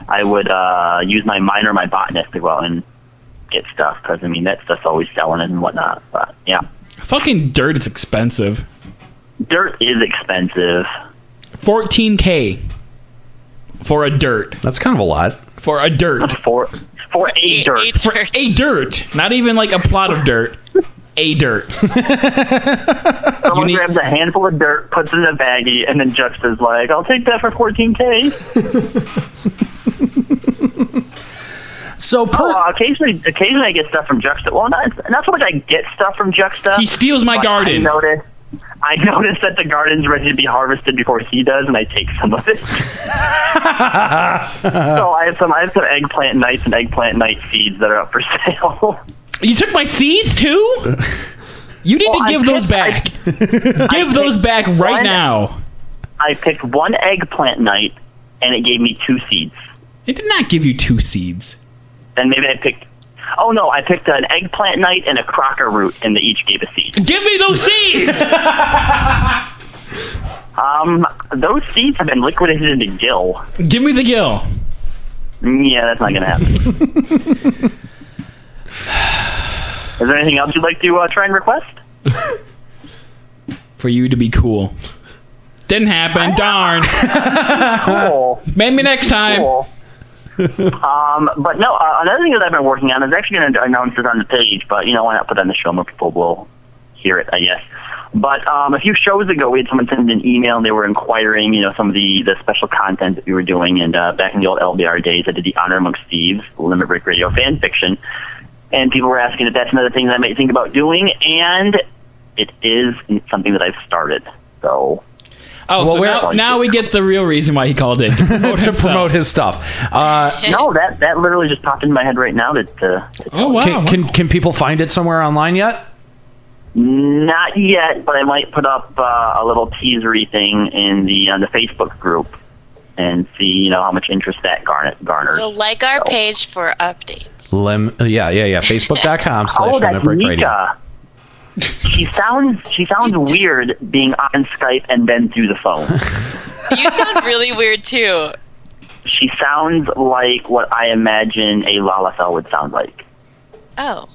Speaker 15: I would uh, use my minor, my botanist, to go out and get stuff because I mean that stuff's always selling and whatnot. But yeah,
Speaker 8: Fucking dirt is expensive.
Speaker 15: dirt is expensive.
Speaker 8: Fourteen k for a dirt.
Speaker 1: That's kind of a lot
Speaker 8: for a dirt.
Speaker 15: For for a, dirt.
Speaker 8: for a dirt. Not even like a plot of dirt. A dirt.
Speaker 15: Someone grabs a handful of dirt, puts it in a baggie, and then Juxta's like, "I'll take that for 14k."
Speaker 1: So,
Speaker 15: uh, occasionally, occasionally I get stuff from Juxta. Well, not not so much I get stuff from Juxta.
Speaker 8: He steals my
Speaker 15: but
Speaker 8: garden.
Speaker 15: I notice, I notice that the garden's ready to be harvested before he does, and I take some of it. so I have some, I have some eggplant nights and eggplant night seeds that are up for sale.
Speaker 8: You took my seeds too? You need to give those back. give those back right now.
Speaker 15: I picked one eggplant night, and it gave me two seeds.
Speaker 8: It did not give you two seeds.
Speaker 15: Then maybe I picked. Oh no, I picked an eggplant night and a crocker root, and they each gave a seed.
Speaker 8: Give me those seeds.
Speaker 15: Um, those seeds have been liquidated into gill.
Speaker 8: Give me the gill.
Speaker 15: Yeah, that's not gonna happen. Is there anything else you'd like to uh, try and request?
Speaker 8: For you to be cool. Didn't happen. Darn.
Speaker 15: cool.
Speaker 8: Maybe next time.
Speaker 15: um, but no, uh, another thing that I've been working on is actually going to announce it on the page, but you know, why not put it on the show? More people will hear it, I guess. But um, a few shows ago, we had someone send an email and they were inquiring, you know, some of the, the special content that we were doing. And uh, back in the old LBR days, I did the Honor Among Thieves Limit Break Radio fan fiction. And people were asking if that's another thing that I might think about doing. And it is something that I've started. So
Speaker 8: Oh,
Speaker 15: Well,
Speaker 8: so
Speaker 15: where-
Speaker 8: now, now we get the real reason why he called in to promote,
Speaker 1: his stuff. Uh,
Speaker 15: no, that that literally just popped into my head right now. That uh,
Speaker 8: oh
Speaker 1: Can, can can people find it somewhere online yet?
Speaker 15: not yet, but I might put up uh, a little teasery thing in the on the Facebook group and see you know how much interest that garnet garners.
Speaker 10: So like our page for updates.
Speaker 1: Lim, uh, yeah, yeah, yeah. Facebook.com slash
Speaker 15: oh,
Speaker 1: Limit
Speaker 15: that's
Speaker 1: Break Radio.
Speaker 15: Nika. she sounds she sounds weird being on Skype and then through the phone.
Speaker 10: You sound really weird too.
Speaker 15: she sounds like what I imagine a Lalafell would sound like.
Speaker 10: Oh,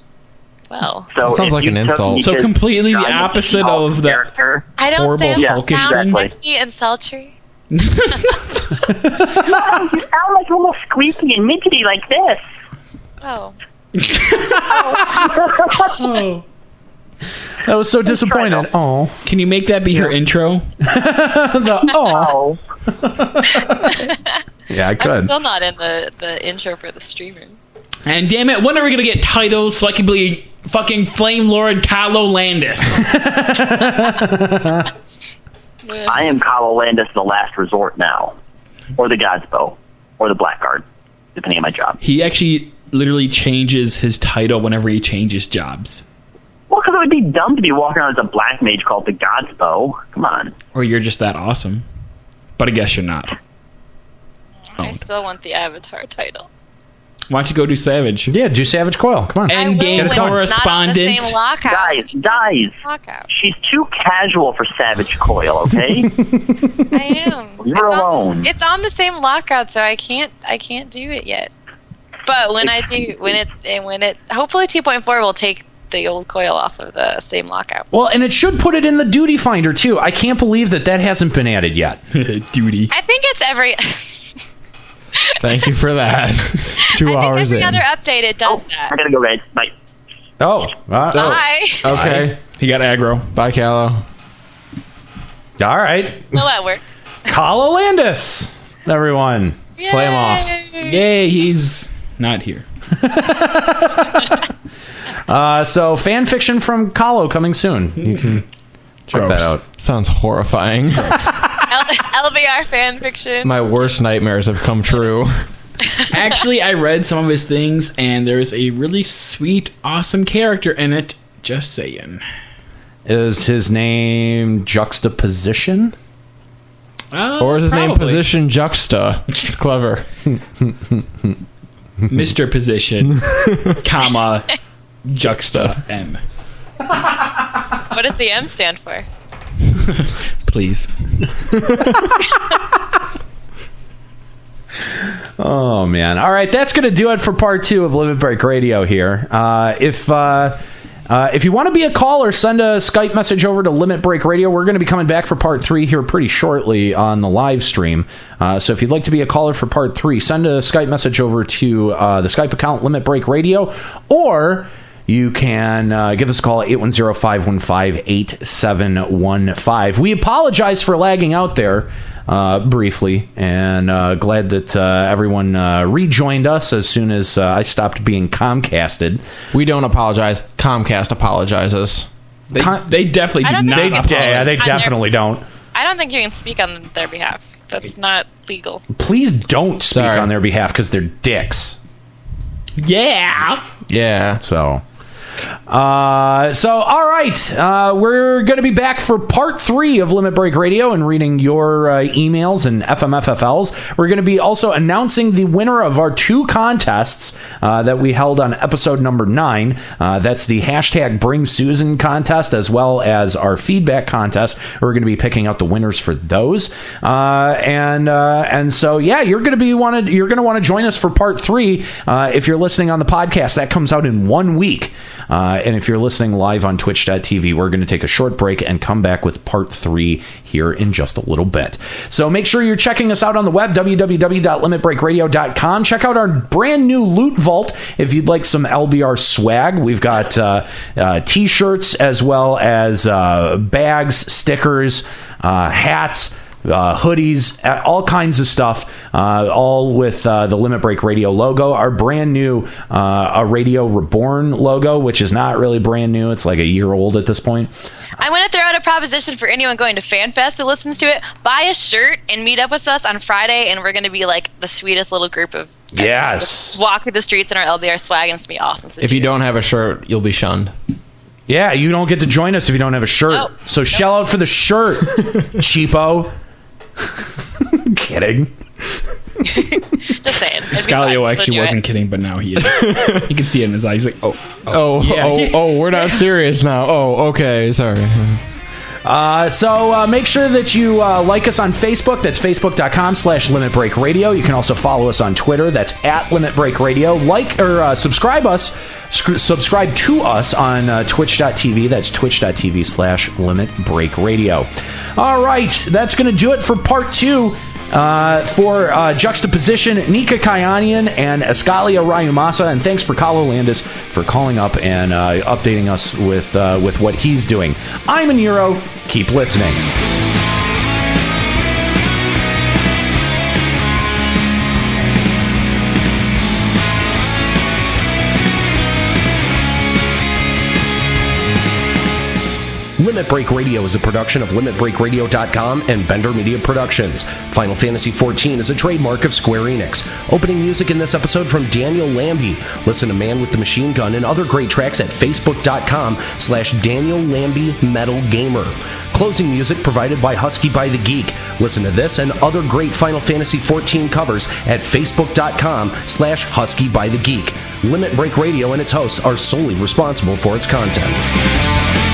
Speaker 10: well.
Speaker 15: So if you took
Speaker 8: So
Speaker 15: Nika's
Speaker 8: completely the
Speaker 15: Johnny
Speaker 8: opposite of the
Speaker 10: I don't
Speaker 8: horrible
Speaker 10: sound,
Speaker 8: focus
Speaker 10: sound
Speaker 8: thing.
Speaker 10: sexy and sultry.
Speaker 15: sound, you sound like a little squeaky and midgety like this.
Speaker 10: Oh.
Speaker 8: oh.
Speaker 1: That was so disappointed. Oh.
Speaker 8: Can you make that be her intro?
Speaker 1: the oh.
Speaker 8: Yeah,
Speaker 10: I'm still not in the, the intro for the streamer.
Speaker 8: And damn it, when are we gonna get titles so I can be fucking Flame Lord Kylo Landis?
Speaker 15: I am Kyle Landis, the last resort now, or the God's Bow, or the Blackguard, depending on my job.
Speaker 8: he actually literally changes his title whenever he changes jobs.
Speaker 15: Well, because it would be dumb to be walking around as a black mage called the God's Bow. Come on.
Speaker 8: Or you're just that awesome. But I guess you're not. Oh.
Speaker 10: I still want the avatar title.
Speaker 8: Why don't you go do Savage?
Speaker 1: Yeah, do Savage Coil. Come on.
Speaker 8: End
Speaker 10: When
Speaker 8: game
Speaker 10: it's not on the
Speaker 8: correspondent.
Speaker 10: same lockout.
Speaker 15: Guys, guys,
Speaker 10: Lockout.
Speaker 15: she's too casual for Savage Coil, okay?
Speaker 10: I am.
Speaker 15: Leave her alone.
Speaker 10: It's on the same lockout, so I can't I can't do it yet. But when I do, when it and when it, hopefully 2.4 will take the old coil off of the same lockout.
Speaker 1: Well, and it should put it in the duty finder too. I can't believe that that hasn't been added yet.
Speaker 8: duty.
Speaker 10: I think it's every
Speaker 1: Thank you for that.
Speaker 10: Two hours every other update it does that.
Speaker 15: I gotta go, guys. Bye.
Speaker 1: Oh. uh,
Speaker 10: Bye.
Speaker 11: Okay.
Speaker 8: He got aggro.
Speaker 11: Bye, Callow.
Speaker 1: All right.
Speaker 10: Still at work.
Speaker 1: Kala Landis, everyone.
Speaker 10: Play him off.
Speaker 8: Yay, he's not here.
Speaker 1: Uh, so fan fiction from Kahlo coming soon. You can check that out.
Speaker 11: Sounds horrifying.
Speaker 10: L- LBR fan fiction.
Speaker 11: My worst nightmares have come true.
Speaker 8: Actually, I read some of his things, and there's a really sweet, awesome character in it. Just saying.
Speaker 1: Is his name Juxtaposition?
Speaker 8: Uh,
Speaker 11: Or is his name
Speaker 8: probably.
Speaker 11: Position Juxta? It's clever.
Speaker 8: Mr. Position, comma, Juxta M.
Speaker 10: What does the M stand for?
Speaker 8: Please.
Speaker 1: Oh man! All right, that's gonna do it for part two of Limit Break Radio here. Uh, if uh, uh, if you want to be a caller, send a Skype message over to Limit Break Radio. We're gonna be coming back for part three here pretty shortly on the live stream. Uh, so if you'd like to be a caller for part three, send a Skype message over to uh, the Skype account Limit Break Radio or you can uh, give us a call at 810 515 8715. We apologize for lagging out there uh, briefly, and uh, glad that uh, everyone uh, rejoined us as soon as uh, I stopped being Comcasted.
Speaker 11: We don't apologize. Comcast apologizes.
Speaker 1: They,
Speaker 8: they definitely
Speaker 10: I do don't not think
Speaker 11: They,
Speaker 10: they- yeah, they
Speaker 1: definitely
Speaker 10: definitely
Speaker 1: don't.
Speaker 10: I don't think you can speak on their behalf. That's not legal.
Speaker 1: Please don't speak on their behalf because they're dicks.
Speaker 8: Yeah.
Speaker 11: Yeah.
Speaker 1: So. Uh, so, all right, uh, we're going to be back for part three of Limit Break Radio and reading your uh, emails and FMFFLs. We're going to be also announcing the winner of our two contests uh, that we held on episode number nine. Uh, that's the hashtag Bring Susan contest, as well as our feedback contest. We're going to be picking out the winners for those, uh, and uh, and so yeah, you're going to be wanted. You're going to want to join us for part three uh, if you're listening on the podcast. That comes out in one week, uh, and if you're listening live on Twitch.tv, we're going to take a short break and come back with part three here in just a little bit. So make sure you're checking us out on the web www.limitbreakradio.com. Check out our brand new loot vault if you'd like some LBR swag. We've got uh, uh, t-shirts as well as uh, bags, stickers, uh, hats. Uh, hoodies, uh, all kinds of stuff, uh, all with uh, the Limit Break Radio logo. Our brand new uh, a Radio Reborn logo, which is not really brand new; it's like a year old at this point.
Speaker 10: I want to throw out a proposition for anyone going to FanFest who listens to it. Buy a shirt and meet up with us on Friday, and we're going to be like the sweetest little group of
Speaker 1: Yes.
Speaker 10: walk through the streets in our LBR swag, and it's going to be awesome. So
Speaker 11: If you don't have a shirt, you'll be shunned.
Speaker 1: Yeah, you don't get to join us if you don't have a shirt. So shell out for the shirt, cheapo. Kidding.
Speaker 10: just saying. It'd be
Speaker 8: Scalio
Speaker 10: fun, so
Speaker 8: actually
Speaker 10: do it.
Speaker 8: wasn't kidding, but now he is. you can see it in his eyes. He's like, oh,
Speaker 11: Oh,
Speaker 8: Yeah.
Speaker 11: oh, oh, we're not serious now. Oh, okay, sorry.
Speaker 1: Uh, so uh, make sure that you uh, like us on Facebook. That's facebook.com slash Limit Break Radio. You can also follow us on Twitter. That's at Limit Break Radio. Like or uh, subscribe us. sc- subscribe to us on uh, twitch.tv. That's twitch.tv slash Limit Break Radio. All right. That's going to do it for part two. Uh, for uh, juxtaposition, Nika Kyanian and Escalia Rayumasa, and thanks for Kalo Landis for calling up and uh, updating us with uh, with what he's doing. I'm a Nero. Keep listening.
Speaker 16: Limit Break Radio is a production of LimitBreakRadio.com and Bender Media Productions. Final Fantasy XIV is a trademark of Square Enix. Opening music in this episode from Daniel Lambie. Listen to Man with the Machine Gun and other great tracks at Facebook.com slash Daniel Lambie Metal Gamer. Closing music provided by Husky by the Geek. Listen to this and other great Final Fantasy XIV covers at Facebook.com slash Husky by the Geek. Limit Break Radio and its hosts are solely responsible for its content.